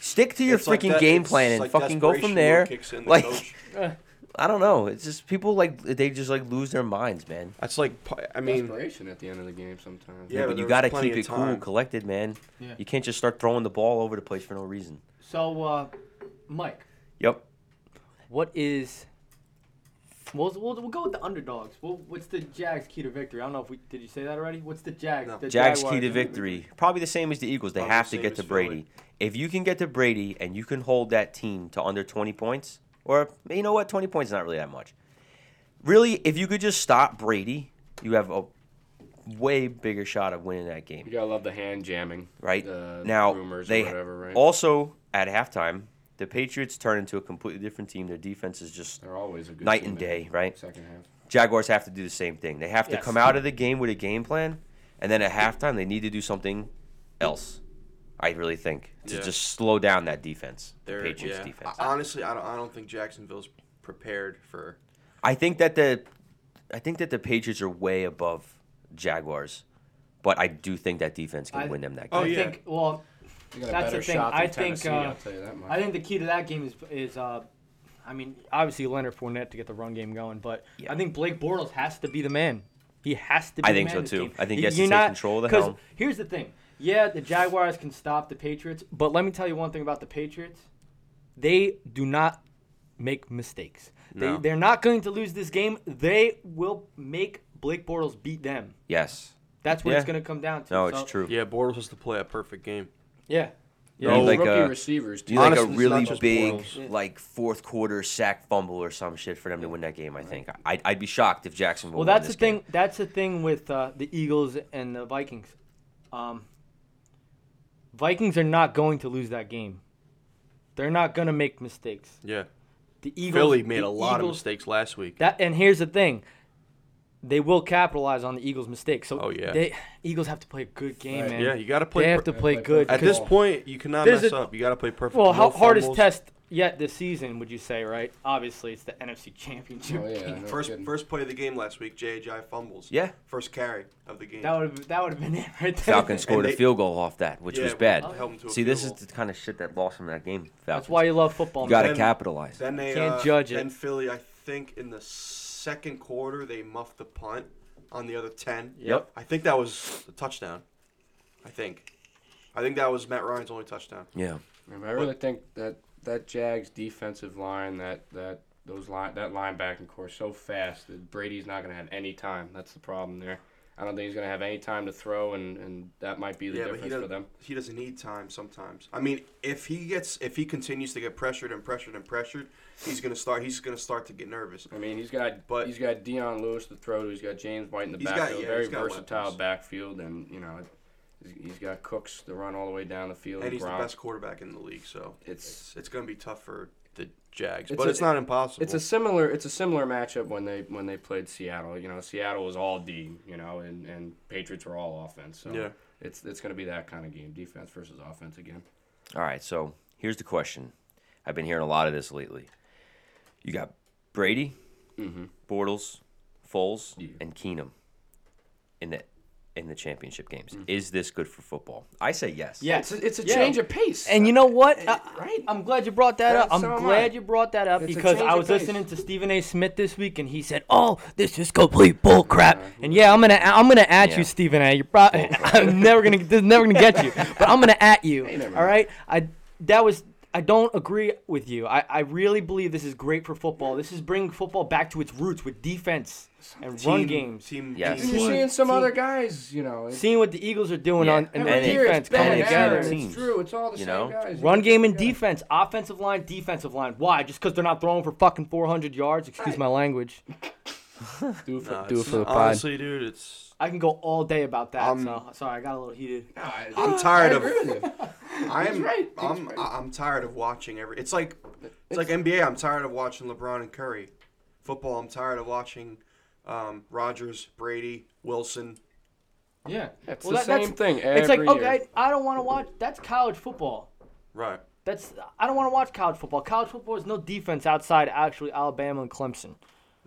Speaker 4: Stick to your
Speaker 1: It's like
Speaker 4: freaking
Speaker 1: that-
Speaker 4: game
Speaker 1: it's
Speaker 4: plan and
Speaker 1: like
Speaker 4: fucking go
Speaker 1: desperation
Speaker 4: from
Speaker 1: mode
Speaker 4: there.
Speaker 1: kicks in, the
Speaker 4: Like
Speaker 1: coach-
Speaker 2: Eh.
Speaker 4: I don't know, it's just people like they just like lose their minds, man.
Speaker 1: that's like pu- I mean
Speaker 3: Desperation at the end of the game sometimes.
Speaker 1: Yeah,
Speaker 4: Yeah,
Speaker 1: but
Speaker 4: but
Speaker 1: there
Speaker 4: you
Speaker 1: was
Speaker 4: gotta
Speaker 1: plenty
Speaker 4: keep
Speaker 1: of
Speaker 4: it cool,
Speaker 1: time.
Speaker 4: collected, man.
Speaker 2: Yeah.
Speaker 4: You can't just start throwing the ball all over the place for no reason.
Speaker 2: So, uh, Mike,
Speaker 4: Yep.
Speaker 2: what is? We'll, we'll, we'll go with the underdogs. Well, what's the Jags' key to victory? I don't know if we did you say that already. What's the Jags?
Speaker 1: No.
Speaker 2: The
Speaker 4: Jags key
Speaker 2: Jaguars-
Speaker 4: to victory, probably the same as the Eagles. They
Speaker 1: Probably
Speaker 4: have
Speaker 1: the same
Speaker 4: to get
Speaker 1: as
Speaker 4: to
Speaker 1: Philly.
Speaker 4: Brady. If you can get to Brady and you can hold that team to under 20 points, or you know what, 20 points is not really that much. Really, if you could just stop Brady, you have a way bigger shot of winning that game
Speaker 3: You gotta love the hand jamming.
Speaker 4: right?
Speaker 3: The
Speaker 4: now
Speaker 3: uh, rumors
Speaker 4: they
Speaker 3: or whatever, right?
Speaker 4: also at halftime, the Patriots turn into a completely different team. Their defense is just
Speaker 3: They're always a good
Speaker 4: night
Speaker 3: team
Speaker 4: and
Speaker 3: in
Speaker 4: day,
Speaker 3: the
Speaker 4: right?
Speaker 3: Second half.
Speaker 4: Jaguars have to do the same thing. They have to
Speaker 2: Yes.
Speaker 4: come out of the game with a game plan, and then at halftime they need to do something else. I really think to
Speaker 1: Yeah.
Speaker 4: just slow down that defense, the
Speaker 1: they're-
Speaker 4: Patriots
Speaker 1: yeah.
Speaker 4: defense.
Speaker 1: I- honestly, I don't I don't think Jacksonville's prepared for
Speaker 4: I think that the, I think that the Patriots are way above Jaguars, but I do think that defense can
Speaker 2: I-
Speaker 4: win them that game.
Speaker 1: Oh,
Speaker 2: I
Speaker 1: yeah.
Speaker 2: think. Well,
Speaker 3: You got a
Speaker 2: That's
Speaker 3: better
Speaker 2: the thing.
Speaker 3: shot than
Speaker 2: I think,
Speaker 3: Tennessee,
Speaker 2: uh,
Speaker 3: I'll tell you that much.
Speaker 2: I think the key to that game is is uh, I mean, obviously Leonard Fournette to get the run game going, but
Speaker 4: Yeah.
Speaker 2: I think Blake Bortles has to be the man. He has to. be
Speaker 4: I
Speaker 2: the
Speaker 4: think
Speaker 2: man
Speaker 4: so,
Speaker 2: in this
Speaker 4: too.
Speaker 2: game.
Speaker 4: I think
Speaker 2: You-
Speaker 4: he has to
Speaker 2: you're
Speaker 4: take
Speaker 2: not-
Speaker 4: control of the
Speaker 2: 'cause
Speaker 4: helm.
Speaker 2: Here's the thing. Yeah, the Jaguars can stop the Patriots, but let me tell you one thing about the Patriots. They do not make mistakes.
Speaker 4: No.
Speaker 2: They, they're not going to lose this game. They will make Blake Bortles beat them.
Speaker 4: Yes,
Speaker 2: That's what it's
Speaker 4: Yeah.
Speaker 2: going to come down to.
Speaker 4: no,
Speaker 2: So,
Speaker 4: it's true.
Speaker 1: Yeah, Bortles has to play a perfect game.
Speaker 2: Yeah.
Speaker 4: You
Speaker 2: Yeah.
Speaker 4: need, like,
Speaker 3: Oh,
Speaker 4: uh,
Speaker 3: rookie
Speaker 4: a-
Speaker 3: receivers.
Speaker 4: Do you like
Speaker 1: Honestly,
Speaker 4: a
Speaker 1: it's
Speaker 4: really
Speaker 1: not just
Speaker 4: big,
Speaker 1: Bortles.
Speaker 2: Yeah.
Speaker 4: like fourth quarter sack fumble or some shit for them to win that game? I think I'd, I'd be shocked if Jacksonville.
Speaker 2: Well,
Speaker 4: won
Speaker 2: that's the
Speaker 4: this
Speaker 2: thing.
Speaker 4: game.
Speaker 2: That's the thing with uh, the Eagles and the Vikings. Um, Vikings are not going to lose that game. They're not going to make mistakes.
Speaker 1: Yeah.
Speaker 2: The Eagles
Speaker 1: Philly made
Speaker 2: the
Speaker 1: a lot of
Speaker 2: Eagles-
Speaker 1: mistakes last week.
Speaker 2: That and here's the thing. They will capitalize on the Eagles' mistakes. So
Speaker 1: Oh, yeah.
Speaker 2: they Eagles have to play a good game,
Speaker 3: Right.
Speaker 2: man.
Speaker 1: Yeah, you got to
Speaker 2: they
Speaker 1: play
Speaker 2: have
Speaker 1: per-
Speaker 2: to play
Speaker 3: Play
Speaker 2: good.
Speaker 1: At
Speaker 3: perfect.
Speaker 1: this
Speaker 2: because-
Speaker 3: Could-
Speaker 1: point, you cannot
Speaker 2: There's
Speaker 1: mess
Speaker 2: a-
Speaker 1: up. You got to play perfect.
Speaker 2: well,
Speaker 1: no
Speaker 2: how, hardest
Speaker 1: fumbles.
Speaker 2: test yet this season would you say? Right? Obviously, it's the NFC Championship.
Speaker 3: Oh, yeah, no
Speaker 1: First
Speaker 3: kidding.
Speaker 1: first play of the game last week, JJ fumbles.
Speaker 4: Yeah,
Speaker 1: First carry of the game.
Speaker 2: That would that would have been it right there.
Speaker 4: Falcons scored a
Speaker 1: they-
Speaker 4: field goal off that, which
Speaker 1: Yeah,
Speaker 4: was
Speaker 1: we
Speaker 4: bad.
Speaker 1: held them to a
Speaker 4: See, this
Speaker 1: field
Speaker 4: is the kind of shit that lost them that game. Falcons.
Speaker 2: That's why you love football.
Speaker 4: you got to
Speaker 1: Then-
Speaker 4: capitalize.
Speaker 1: Then they
Speaker 2: Can't
Speaker 1: uh,
Speaker 2: judge it.
Speaker 1: Then Philly, I think in the second quarter they muffed the punt on the other ten.
Speaker 4: Yep.
Speaker 1: I think that was a touchdown. I think. I think that was Matt Ryan's only touchdown.
Speaker 4: yeah,
Speaker 3: I really think that that Jags defensive line, that that those line that linebacking core, is so fast that Brady's not going to have any time. That's the problem there. I don't think he's going to have any time to throw, and, and that might be the
Speaker 1: Yeah, but he
Speaker 3: difference for
Speaker 1: doesn't.
Speaker 3: them.
Speaker 1: He doesn't need time sometimes. I mean, if he gets, if he continues to get pressured and pressured and pressured, he's gonna start. He's gonna start to get nervous.
Speaker 3: I mean, he's got
Speaker 1: But-
Speaker 3: he's got Dion Lewis to throw to. He's got James White in the
Speaker 1: He's got-
Speaker 3: backfield,
Speaker 1: yeah,
Speaker 3: very
Speaker 1: he's got
Speaker 3: versatile
Speaker 1: weapons.
Speaker 3: backfield, and you know, he's- he's got Cooks to run all the way down the field.
Speaker 1: And he's the
Speaker 3: Gronk.
Speaker 1: best quarterback in the league, so
Speaker 3: It's
Speaker 1: it's, it's gonna be tough for the Jags.
Speaker 3: It's
Speaker 1: but
Speaker 3: a-
Speaker 1: it's not impossible.
Speaker 3: It's a similar it's a similar matchup when they when they played Seattle. You know, Seattle was all D, you know, and, and Patriots were all offense. So
Speaker 1: Yeah.
Speaker 3: it's it's gonna be that kind of game, defense versus offense again.
Speaker 4: All right, so Here's the question. I've been hearing a lot of this lately. You got Brady,
Speaker 1: Mm-hmm.
Speaker 4: Bortles, Foles, and Keenum in the in the championship games.
Speaker 1: Mm-hmm.
Speaker 4: Is this good for football? I say yes.
Speaker 2: Yeah.
Speaker 3: It's a, it's a
Speaker 2: Yeah.
Speaker 3: change of pace.
Speaker 2: And you know what? I,
Speaker 3: Uh, right?
Speaker 2: I'm glad you brought that up.
Speaker 3: Yeah,
Speaker 2: I'm
Speaker 3: so am
Speaker 2: glad
Speaker 3: I.
Speaker 2: you brought that up
Speaker 3: It's a
Speaker 2: because
Speaker 3: change
Speaker 2: I
Speaker 3: of
Speaker 2: was
Speaker 3: pace.
Speaker 2: listening to Stephen A. Smith this week, and he said, "Oh, this is complete bull crap." And yeah, I'm gonna I'm gonna at
Speaker 4: Yeah.
Speaker 2: you, Stephen A. You're probably I'm never gonna this is never gonna get you, but I'm gonna at you.
Speaker 3: never
Speaker 2: All right, I that was. I don't agree with you. I, I really believe this is great for football. This is bringing football back to its roots with defense and run
Speaker 1: Team-
Speaker 2: games.
Speaker 1: Team,
Speaker 4: Yes.
Speaker 1: team
Speaker 3: you're
Speaker 1: one.
Speaker 3: seeing some other guys, you know.
Speaker 2: Seeing what the Eagles are doing
Speaker 4: Yeah.
Speaker 2: on and
Speaker 4: Every
Speaker 2: their
Speaker 4: year
Speaker 2: defense
Speaker 4: better
Speaker 2: coming
Speaker 4: and
Speaker 2: together.
Speaker 4: better.
Speaker 3: It's true. It's all the
Speaker 4: you
Speaker 3: same
Speaker 4: know?
Speaker 3: guys.
Speaker 2: Run game and
Speaker 3: Yeah.
Speaker 2: defense, offensive line, defensive line. Why? Just because they're not throwing for fucking 400 yards? Excuse my language.
Speaker 3: Do it for,
Speaker 1: Nah,
Speaker 3: do it
Speaker 1: it's-
Speaker 3: for the pod.
Speaker 1: Honestly, dude, it's
Speaker 2: I can go all day about that.
Speaker 1: Um,
Speaker 2: so sorry, I got a little heated.
Speaker 1: I'm tired
Speaker 3: I
Speaker 1: of.
Speaker 3: agree with you.
Speaker 1: I'm
Speaker 3: right. He's
Speaker 1: I'm
Speaker 3: right.
Speaker 1: I'm tired of watching every. It's like it's, like NBA. I'm tired of watching LeBron and Curry. Football. I'm tired of watching um, Rogers, Brady, Wilson.
Speaker 3: Yeah, it's
Speaker 2: Well,
Speaker 3: the
Speaker 2: that- that's-
Speaker 3: same thing every
Speaker 2: It's like, oh, okay,
Speaker 3: year.
Speaker 2: I don't want to watch. That's college football.
Speaker 1: Right.
Speaker 2: That's I don't want to watch college football. College football is no defense outside actually Alabama and Clemson.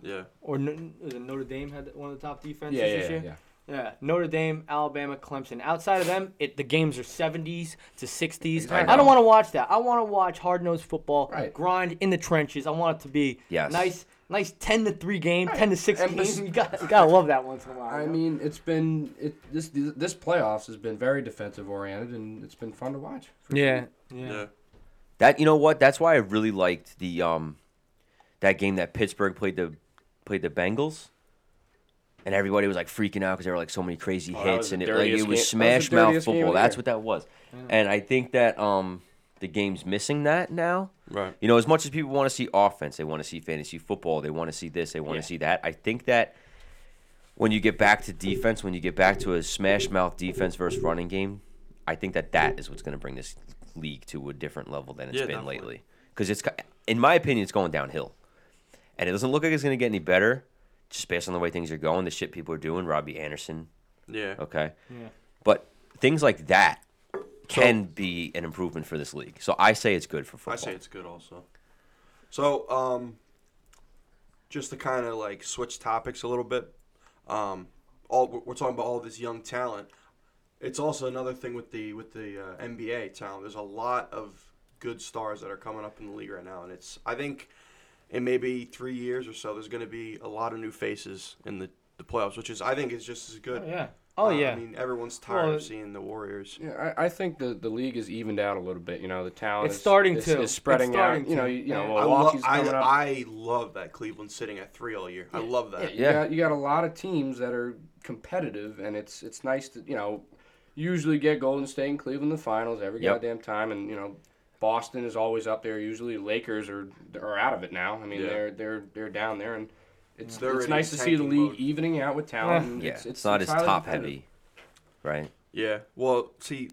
Speaker 1: Yeah.
Speaker 2: Or N- is it Notre Dame had one of the top defenses
Speaker 3: Yeah,
Speaker 2: this
Speaker 3: yeah, yeah,
Speaker 2: year. Yeah, Notre Dame, Alabama, Clemson. Outside of them, it the games are 70s to 60s.
Speaker 4: Exactly.
Speaker 2: I don't want to watch that. I want to watch hard-nosed football,
Speaker 3: Right.
Speaker 2: grind in the trenches. I want it to be
Speaker 4: Yes.
Speaker 2: nice, nice 10 to 3 game, 10 to 6
Speaker 3: And
Speaker 2: game.
Speaker 3: bes-
Speaker 2: You got you got to love that once in a while.
Speaker 3: I
Speaker 2: you know?
Speaker 3: mean, it's been it this this playoffs has been very defensive oriented, and it's been fun to watch. for
Speaker 2: yeah.
Speaker 3: sure.
Speaker 2: Yeah.
Speaker 1: Yeah.
Speaker 4: That you know what? That's why I really liked the um that game that Pittsburgh played the played the Bengals. And everybody was like freaking out because there were like so many crazy
Speaker 3: Oh, that was
Speaker 4: hits,
Speaker 3: the
Speaker 4: and it like it
Speaker 3: dirtiest
Speaker 4: was
Speaker 3: game- that was
Speaker 4: smash
Speaker 3: the
Speaker 4: mouth
Speaker 3: dirtiest game of
Speaker 4: football.
Speaker 3: the
Speaker 4: That's
Speaker 3: year.
Speaker 4: what that was, and I think that um the game's missing that now.
Speaker 1: Right.
Speaker 4: You know, as much as people want to see offense, they want to see fantasy football, they want to see this, they want to see that. I think that when you get back to defense, when you get back to a smash mouth defense versus running game, I think that that is what's going to bring this league to a different level than it's
Speaker 1: Yeah,
Speaker 4: been
Speaker 1: definitely.
Speaker 4: lately. Because it's, go- in my opinion, it's going downhill, and it doesn't look like it's going to get any better, just based on the way things are going, the shit people are doing. Robbie Anderson,
Speaker 1: Yeah.
Speaker 4: okay,
Speaker 2: Yeah.
Speaker 4: but things like that can be an improvement for this league. So I say it's good for football.
Speaker 1: I say it's good also. So, um, just to kind of like switch topics a little bit, um, all we're- we're talking about all this young talent. It's also another thing with the with the uh, NBA talent. There's a lot of good stars that are coming up in the league right now, and it's I think in maybe three years or so, there's going to be a lot of new faces in the, the playoffs, which is I think is just as good.
Speaker 2: Oh yeah. Oh
Speaker 1: Uh,
Speaker 2: yeah.
Speaker 1: I mean, everyone's tired
Speaker 2: Well,
Speaker 1: of seeing the Warriors.
Speaker 3: Yeah, I, I think the, the league is evened out a little bit. You know, the talent
Speaker 2: It's
Speaker 3: is,
Speaker 2: starting
Speaker 3: is,
Speaker 2: to.
Speaker 3: is spreading
Speaker 2: It's starting
Speaker 3: out. You know,
Speaker 2: to.
Speaker 3: you, you know,
Speaker 2: Yeah.
Speaker 1: I, lo-
Speaker 3: Milwaukee's
Speaker 1: I,
Speaker 3: coming up.
Speaker 1: I love that Cleveland's sitting at three all year. I love that.
Speaker 3: Yeah, Uh, you
Speaker 4: Yeah.
Speaker 3: got you got a lot of teams that are competitive, and it's it's nice to you know usually get Golden State and Cleveland in the finals every
Speaker 4: Yep.
Speaker 3: goddamn time, and you know Boston is always up there. Usually Lakers are are out of it now. I mean
Speaker 1: Yeah.
Speaker 3: they're they're they're down there, and it's
Speaker 1: They're
Speaker 3: it's
Speaker 1: in
Speaker 3: nice to see the
Speaker 1: tanking
Speaker 3: league
Speaker 1: mode.
Speaker 3: evening out with talent. and
Speaker 4: Eh, Yeah, it's, not as
Speaker 3: entirely
Speaker 4: top
Speaker 3: competitive.
Speaker 4: heavy, right?
Speaker 1: Yeah. Well, see,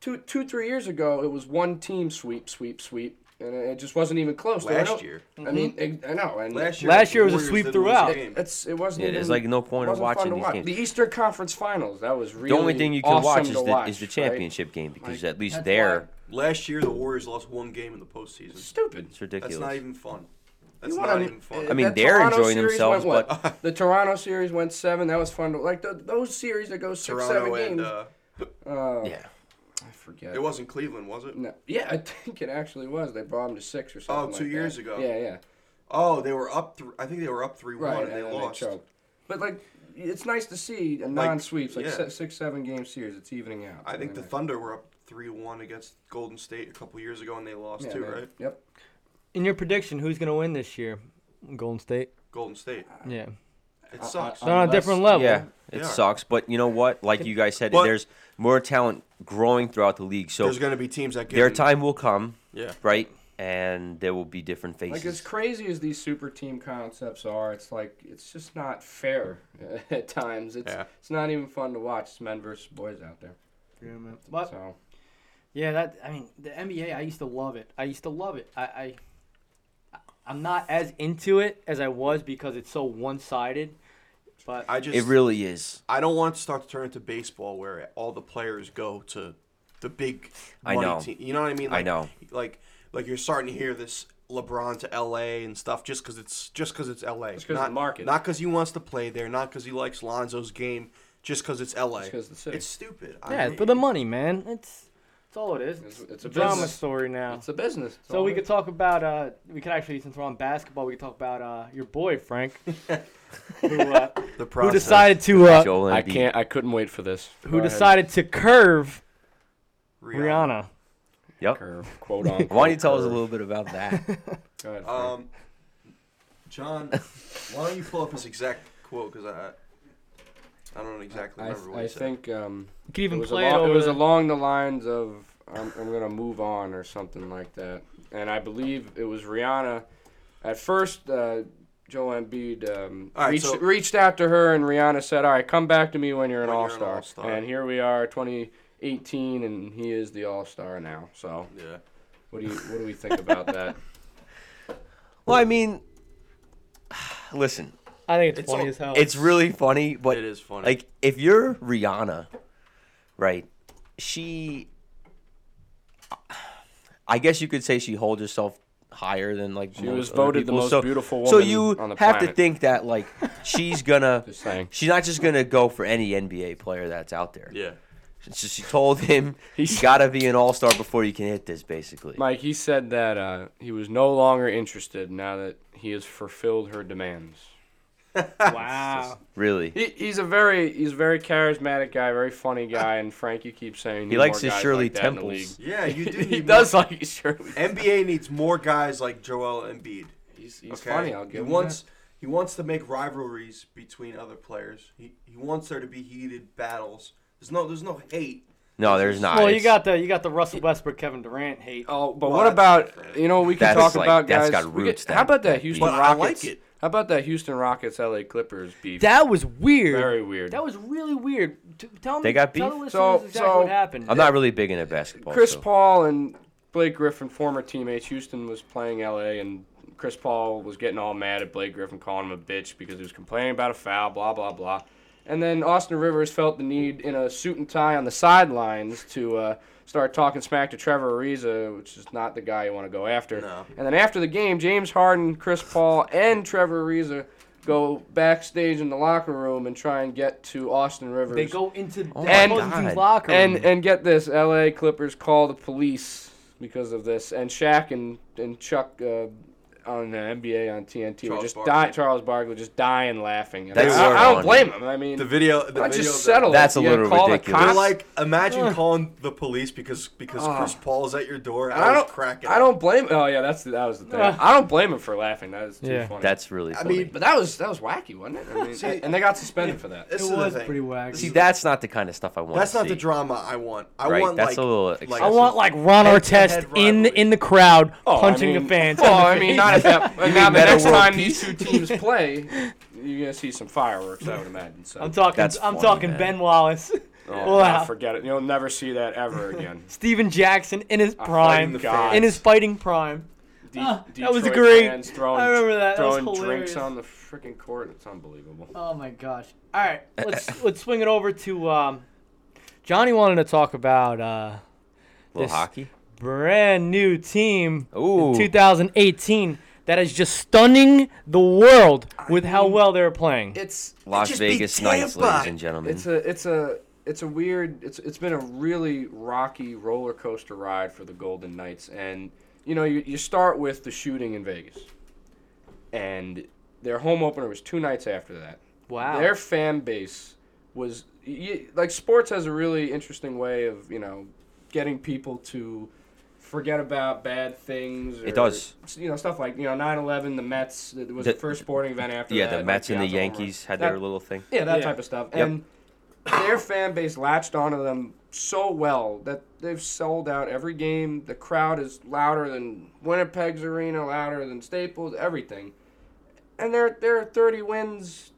Speaker 3: Two two three years ago, it was one team sweep sweep sweep. And it just wasn't even close. There were
Speaker 1: Last
Speaker 3: no-
Speaker 1: year.
Speaker 3: I mean,
Speaker 4: Mm-hmm.
Speaker 3: I- I know. And
Speaker 1: last year
Speaker 2: Last year was a
Speaker 1: Warriors
Speaker 2: sweep
Speaker 1: didn't lose
Speaker 2: throughout.
Speaker 1: a game.
Speaker 3: It's it wasn't.
Speaker 4: Yeah,
Speaker 3: even,
Speaker 4: there's, like, no point
Speaker 3: wasn't
Speaker 4: of
Speaker 3: fun
Speaker 4: watching
Speaker 3: to
Speaker 4: these
Speaker 3: watch.
Speaker 4: games.
Speaker 3: The Eastern Conference Finals. That was really
Speaker 4: The only thing you can
Speaker 3: awesome
Speaker 4: watch
Speaker 3: to
Speaker 4: is the
Speaker 3: watch,
Speaker 4: is the
Speaker 3: right?
Speaker 4: championship game because at least
Speaker 3: that's
Speaker 4: there
Speaker 1: Last year the Warriors lost one game in the postseason.
Speaker 3: Stupid.
Speaker 4: it's
Speaker 1: That's
Speaker 4: ridiculous.
Speaker 1: not even fun. That's
Speaker 3: You
Speaker 1: not
Speaker 3: wanna-
Speaker 1: even fun.
Speaker 4: I mean,
Speaker 3: that
Speaker 4: they're
Speaker 3: Toronto
Speaker 4: enjoying
Speaker 3: series
Speaker 4: themselves,
Speaker 3: went what? the Toronto series went seven. That was fun. To, like the, those series that go six,
Speaker 1: Toronto and
Speaker 3: seven games.
Speaker 1: uh,
Speaker 3: uh,
Speaker 4: yeah,
Speaker 3: I forget.
Speaker 1: it wasn't Cleveland, was it?
Speaker 3: No. Yeah, I think it actually was. They brought them to six or something.
Speaker 1: Oh, two
Speaker 3: like that.
Speaker 1: years ago.
Speaker 3: Yeah, yeah.
Speaker 1: Oh, they were up. Th- I think they were up three
Speaker 3: Right,
Speaker 1: one, and they
Speaker 3: then
Speaker 1: lost.
Speaker 3: choked. But like, it's nice to see a non-sweeps, like
Speaker 1: yeah.
Speaker 3: se- six, seven game series. It's evening out.
Speaker 1: I think
Speaker 3: Really
Speaker 1: the
Speaker 3: nice.
Speaker 1: Thunder were up three one against Golden State a couple years ago, and they lost
Speaker 3: Yeah,
Speaker 1: too,
Speaker 3: man.
Speaker 1: right?
Speaker 3: Yep.
Speaker 2: In your prediction, who's going to win this year? Golden State.
Speaker 1: Golden State.
Speaker 2: Yeah.
Speaker 1: It sucks.
Speaker 3: I-
Speaker 2: They're on a
Speaker 3: Unless-
Speaker 2: different level.
Speaker 4: yeah,
Speaker 1: They
Speaker 4: it
Speaker 1: are.
Speaker 4: sucks. But you know what? Like you guys said,
Speaker 1: But-
Speaker 4: there's more talent growing throughout the league, so
Speaker 1: There's going to be teams that get
Speaker 4: their
Speaker 1: in.
Speaker 4: time will come,
Speaker 1: Yeah.
Speaker 4: right? And there will be different faces.
Speaker 3: Like as crazy as these super team concepts are, it's like it's just not fair at times. It's
Speaker 1: Yeah.
Speaker 3: it's not even fun to watch. It's men versus boys out there.
Speaker 2: But
Speaker 3: So
Speaker 2: Yeah, that I mean the NBA. I used to love it. I used to love it. I, I I'm not as into it as I was because it's so one sided. But
Speaker 1: I just
Speaker 4: it really is.
Speaker 1: I don't want it to start to turn into baseball where all the players go to the big
Speaker 4: I
Speaker 1: money
Speaker 4: know.
Speaker 1: team. You know what I mean?
Speaker 4: I
Speaker 1: Like,
Speaker 4: know.
Speaker 1: Like like you're starting to hear this LeBron to LA and stuff just because it's just because it's LA.
Speaker 3: Just 'cause of
Speaker 1: Not-
Speaker 3: the market.
Speaker 1: Not because he wants to play there. Not because he likes Lonzo's game. Just because it's LA.
Speaker 3: Just 'cause the city.
Speaker 1: It's stupid. I
Speaker 2: Yeah,
Speaker 1: hate
Speaker 2: for
Speaker 1: it.
Speaker 2: the money, man. It's it's all it is.
Speaker 3: It's-
Speaker 2: It's,
Speaker 3: it's
Speaker 2: a
Speaker 3: a
Speaker 2: drama
Speaker 3: business.
Speaker 2: story now.
Speaker 3: It's a business. It's
Speaker 2: so
Speaker 3: all
Speaker 2: we
Speaker 3: it
Speaker 2: could
Speaker 3: is.
Speaker 2: talk about uh, we could actually since we're on basketball, we could talk about uh, your boy Frank, who, uh,
Speaker 1: the
Speaker 2: who
Speaker 1: process.
Speaker 2: decided to uh,
Speaker 4: Joel
Speaker 3: I
Speaker 4: Embiid.
Speaker 3: can't. I couldn't wait for this. Go
Speaker 2: who
Speaker 3: ahead.
Speaker 2: decided to curve Rihanna.
Speaker 3: Curve, quote on.
Speaker 4: Why don't you tell us a little bit about that?
Speaker 3: Go ahead, Frank.
Speaker 1: Um, John, why don't you pull up his exact quote? Because I, I don't exactly
Speaker 3: I,
Speaker 1: remember what
Speaker 3: I
Speaker 1: he said.
Speaker 3: think um,
Speaker 2: You could
Speaker 3: it
Speaker 2: even
Speaker 3: was,
Speaker 2: play it
Speaker 3: along,
Speaker 2: over
Speaker 3: it was
Speaker 2: the-
Speaker 3: along the lines of I'm, I'm gonna move on or something like that. And I believe it was Rihanna. At first, uh, Joel Embiid um,
Speaker 1: All right,
Speaker 3: reached,
Speaker 1: so-
Speaker 3: reached out to her, and Rihanna said, "All right, come back to me when you're an
Speaker 1: When you're
Speaker 3: All
Speaker 1: an
Speaker 3: Star."
Speaker 1: all-star.
Speaker 3: And here we are, 2018, and he is the All Star now. So,
Speaker 1: yeah.
Speaker 3: what do you what do we think about that?
Speaker 4: well, I mean, listen,
Speaker 2: I think it's,
Speaker 1: It's
Speaker 2: funny
Speaker 1: all-
Speaker 2: as hell.
Speaker 4: it's really funny, but
Speaker 1: It is funny.
Speaker 4: Like if you're Rihanna, right? She I guess you could say she holds herself higher than like
Speaker 3: She was
Speaker 4: other
Speaker 3: voted the
Speaker 4: people.
Speaker 3: most
Speaker 4: so,
Speaker 3: beautiful
Speaker 4: So
Speaker 3: woman
Speaker 4: you
Speaker 3: on the
Speaker 4: have to
Speaker 3: planet.
Speaker 4: think that like she's gonna
Speaker 3: Just saying.
Speaker 4: she's not just gonna go for any NBA player that's out there.
Speaker 1: yeah.
Speaker 4: So she told him he's
Speaker 3: He's-
Speaker 4: gotta be an all star before you can hit this basically.
Speaker 3: Mike, he said that uh, he was no longer interested now that he has fulfilled her demands.
Speaker 2: wow.
Speaker 4: really.
Speaker 3: He, he's a very he's a very charismatic guy, very funny guy, and Frank, you keep saying
Speaker 4: He
Speaker 3: need
Speaker 4: likes
Speaker 3: more
Speaker 4: his
Speaker 3: guys
Speaker 4: Shirley
Speaker 3: like that in the league.
Speaker 4: Temples.
Speaker 1: Yeah, you do.
Speaker 3: he
Speaker 1: need
Speaker 3: does
Speaker 1: More,
Speaker 3: like Shirley.
Speaker 1: NBA needs more guys like Joel Embiid.
Speaker 3: He's, he's
Speaker 1: okay?
Speaker 3: funny. I'll give
Speaker 1: he
Speaker 3: him
Speaker 1: wants he wants to make rivalries between other players. He he wants there to be heated battles. There's no there's no hate.
Speaker 4: No, there's not.
Speaker 2: Well, you
Speaker 4: It's-
Speaker 2: got the you got the Russell Westbrook, Kevin Durant hate.
Speaker 3: that. Oh, but
Speaker 1: Well,
Speaker 3: what
Speaker 1: that's
Speaker 3: about
Speaker 1: different.
Speaker 3: you know we can
Speaker 4: That's
Speaker 3: talk
Speaker 4: like-
Speaker 3: about
Speaker 4: that's
Speaker 3: guys.
Speaker 4: got
Speaker 3: we
Speaker 4: roots,
Speaker 3: could-
Speaker 4: that-
Speaker 3: how about
Speaker 4: that
Speaker 3: that Houston
Speaker 1: beef. But I like
Speaker 3: Rockets?
Speaker 1: it.
Speaker 3: How about that Houston Rockets LA Clippers beef?
Speaker 2: That was weird.
Speaker 3: very weird.
Speaker 2: That was really weird. T- tell me.
Speaker 4: They got
Speaker 2: Tell
Speaker 4: beef?
Speaker 2: the listeners
Speaker 3: So-
Speaker 2: exactly
Speaker 3: so-
Speaker 2: what happened.
Speaker 4: I'm not really big into basketball.
Speaker 3: Chris
Speaker 4: so.
Speaker 3: Paul and Blake Griffin, former teammates, Houston was playing LA, and Chris Paul was getting all mad at Blake Griffin, calling him a bitch because he was complaining about a foul, blah blah blah. And then Austin Rivers felt the need in a suit and tie on the sidelines to uh, start talking smack to Trevor Ariza, which is not the guy you want to go after.
Speaker 1: No.
Speaker 3: And then after the game, James Harden, Chris Paul, and Trevor Ariza go backstage in the locker room and try and get to Austin Rivers.
Speaker 2: They go into the
Speaker 4: Oh my
Speaker 2: opposing
Speaker 4: God.
Speaker 2: team's locker room.
Speaker 3: And and get this, L.A. Clippers call the police because of this, and Shaq and and Chuck uh, on the NBA on TNT were
Speaker 1: Charles
Speaker 3: just
Speaker 1: Barkley.
Speaker 3: die, Charles Barkley was just dying laughing. And
Speaker 4: That's
Speaker 3: I, I, I don't
Speaker 4: wrong.
Speaker 3: blame him. I mean,
Speaker 1: The video. The
Speaker 3: I
Speaker 1: video
Speaker 3: just
Speaker 1: that-
Speaker 3: settle. it.
Speaker 4: That's a
Speaker 3: You
Speaker 4: little
Speaker 3: call the
Speaker 4: ridiculous.
Speaker 1: They're
Speaker 3: cops.
Speaker 1: like, imagine calling the police because because Chris Paul's at your door. I,
Speaker 3: I
Speaker 1: was
Speaker 3: don't.
Speaker 1: cracking.
Speaker 3: I
Speaker 1: up.
Speaker 3: don't blame. Oh yeah, that's the, that was the thing.
Speaker 2: Ugh.
Speaker 3: I don't blame him for laughing. That was too
Speaker 2: Yeah.
Speaker 3: funny.
Speaker 4: That's really
Speaker 1: I
Speaker 4: funny.
Speaker 1: mean,
Speaker 3: but that was that was wacky, wasn't it? I mean,
Speaker 1: See-
Speaker 3: and they got suspended for that.
Speaker 1: this
Speaker 2: it
Speaker 1: is the
Speaker 2: was
Speaker 1: thing.
Speaker 2: pretty wacky.
Speaker 4: see, that's not the kind of stuff I want.
Speaker 1: That's
Speaker 4: to
Speaker 1: not
Speaker 4: see.
Speaker 1: the drama I want. I
Speaker 4: Right,
Speaker 1: want
Speaker 4: that's
Speaker 1: like,
Speaker 4: a little
Speaker 1: like
Speaker 4: excessive.
Speaker 2: I want like Ron
Speaker 1: Head-to-head
Speaker 2: Artest in
Speaker 1: rivalry.
Speaker 2: in the crowd
Speaker 3: Oh, I
Speaker 2: punching
Speaker 3: mean-
Speaker 2: the fans.
Speaker 3: Well,
Speaker 2: in the
Speaker 3: I mean,
Speaker 2: face.
Speaker 3: not at that. now the
Speaker 4: Meta
Speaker 3: next
Speaker 4: World
Speaker 3: time these two teams play, you're gonna see some fireworks. I would imagine. So.
Speaker 2: I'm talking.
Speaker 4: That's
Speaker 2: I'm
Speaker 4: funny,
Speaker 2: talking
Speaker 4: man.
Speaker 2: Ben Wallace,
Speaker 3: Oh,
Speaker 2: Wow.
Speaker 3: God, forget it. You'll never see that ever again.
Speaker 2: Steven Jackson in his
Speaker 3: fighting
Speaker 2: prime,
Speaker 3: the fans.
Speaker 2: in his fighting prime.
Speaker 3: De-
Speaker 2: Ah, that was
Speaker 3: Detroit
Speaker 2: great.
Speaker 3: fans throwing,
Speaker 2: I remember that. That was
Speaker 3: Throwing
Speaker 2: hilarious.
Speaker 3: drinks on the freaking court. It's unbelievable.
Speaker 2: Oh my gosh! All right, let's let's swing it over to um, Johnny wanted to talk about uh,
Speaker 4: little
Speaker 2: this
Speaker 4: hockey.
Speaker 2: brand new team in
Speaker 4: Ooh.
Speaker 2: 2018 that is just stunning the world with how well they're playing.
Speaker 3: It's
Speaker 4: Las
Speaker 1: just beat
Speaker 4: Vegas Knights,
Speaker 1: Tampa.
Speaker 4: ladies and gentlemen.
Speaker 3: it's a it's a it's a weird it's it's been a really rocky roller coaster ride for the Golden Knights and you know you, you start with the shooting in Vegas and their home opener was two nights after that
Speaker 2: Wow.
Speaker 3: their fan base was y like sports has a really interesting way of you know getting people to forget about bad things or,
Speaker 4: It does.
Speaker 3: you know stuff like you know 9-11 the mets it was the,
Speaker 4: The-
Speaker 3: first sporting event after
Speaker 4: yeah,
Speaker 3: that
Speaker 4: the
Speaker 3: Mike
Speaker 4: Mets and the
Speaker 3: Piazza home run.
Speaker 4: Yankees had
Speaker 3: That-
Speaker 4: their little thing.
Speaker 3: yeah, that
Speaker 2: Yeah.
Speaker 3: type of stuff.
Speaker 4: Yep.
Speaker 3: And their fan base latched onto them so well that they've sold out every game. The crowd is louder than Winnipeg's arena, louder than Staples, everything. And they're they're 30 wins,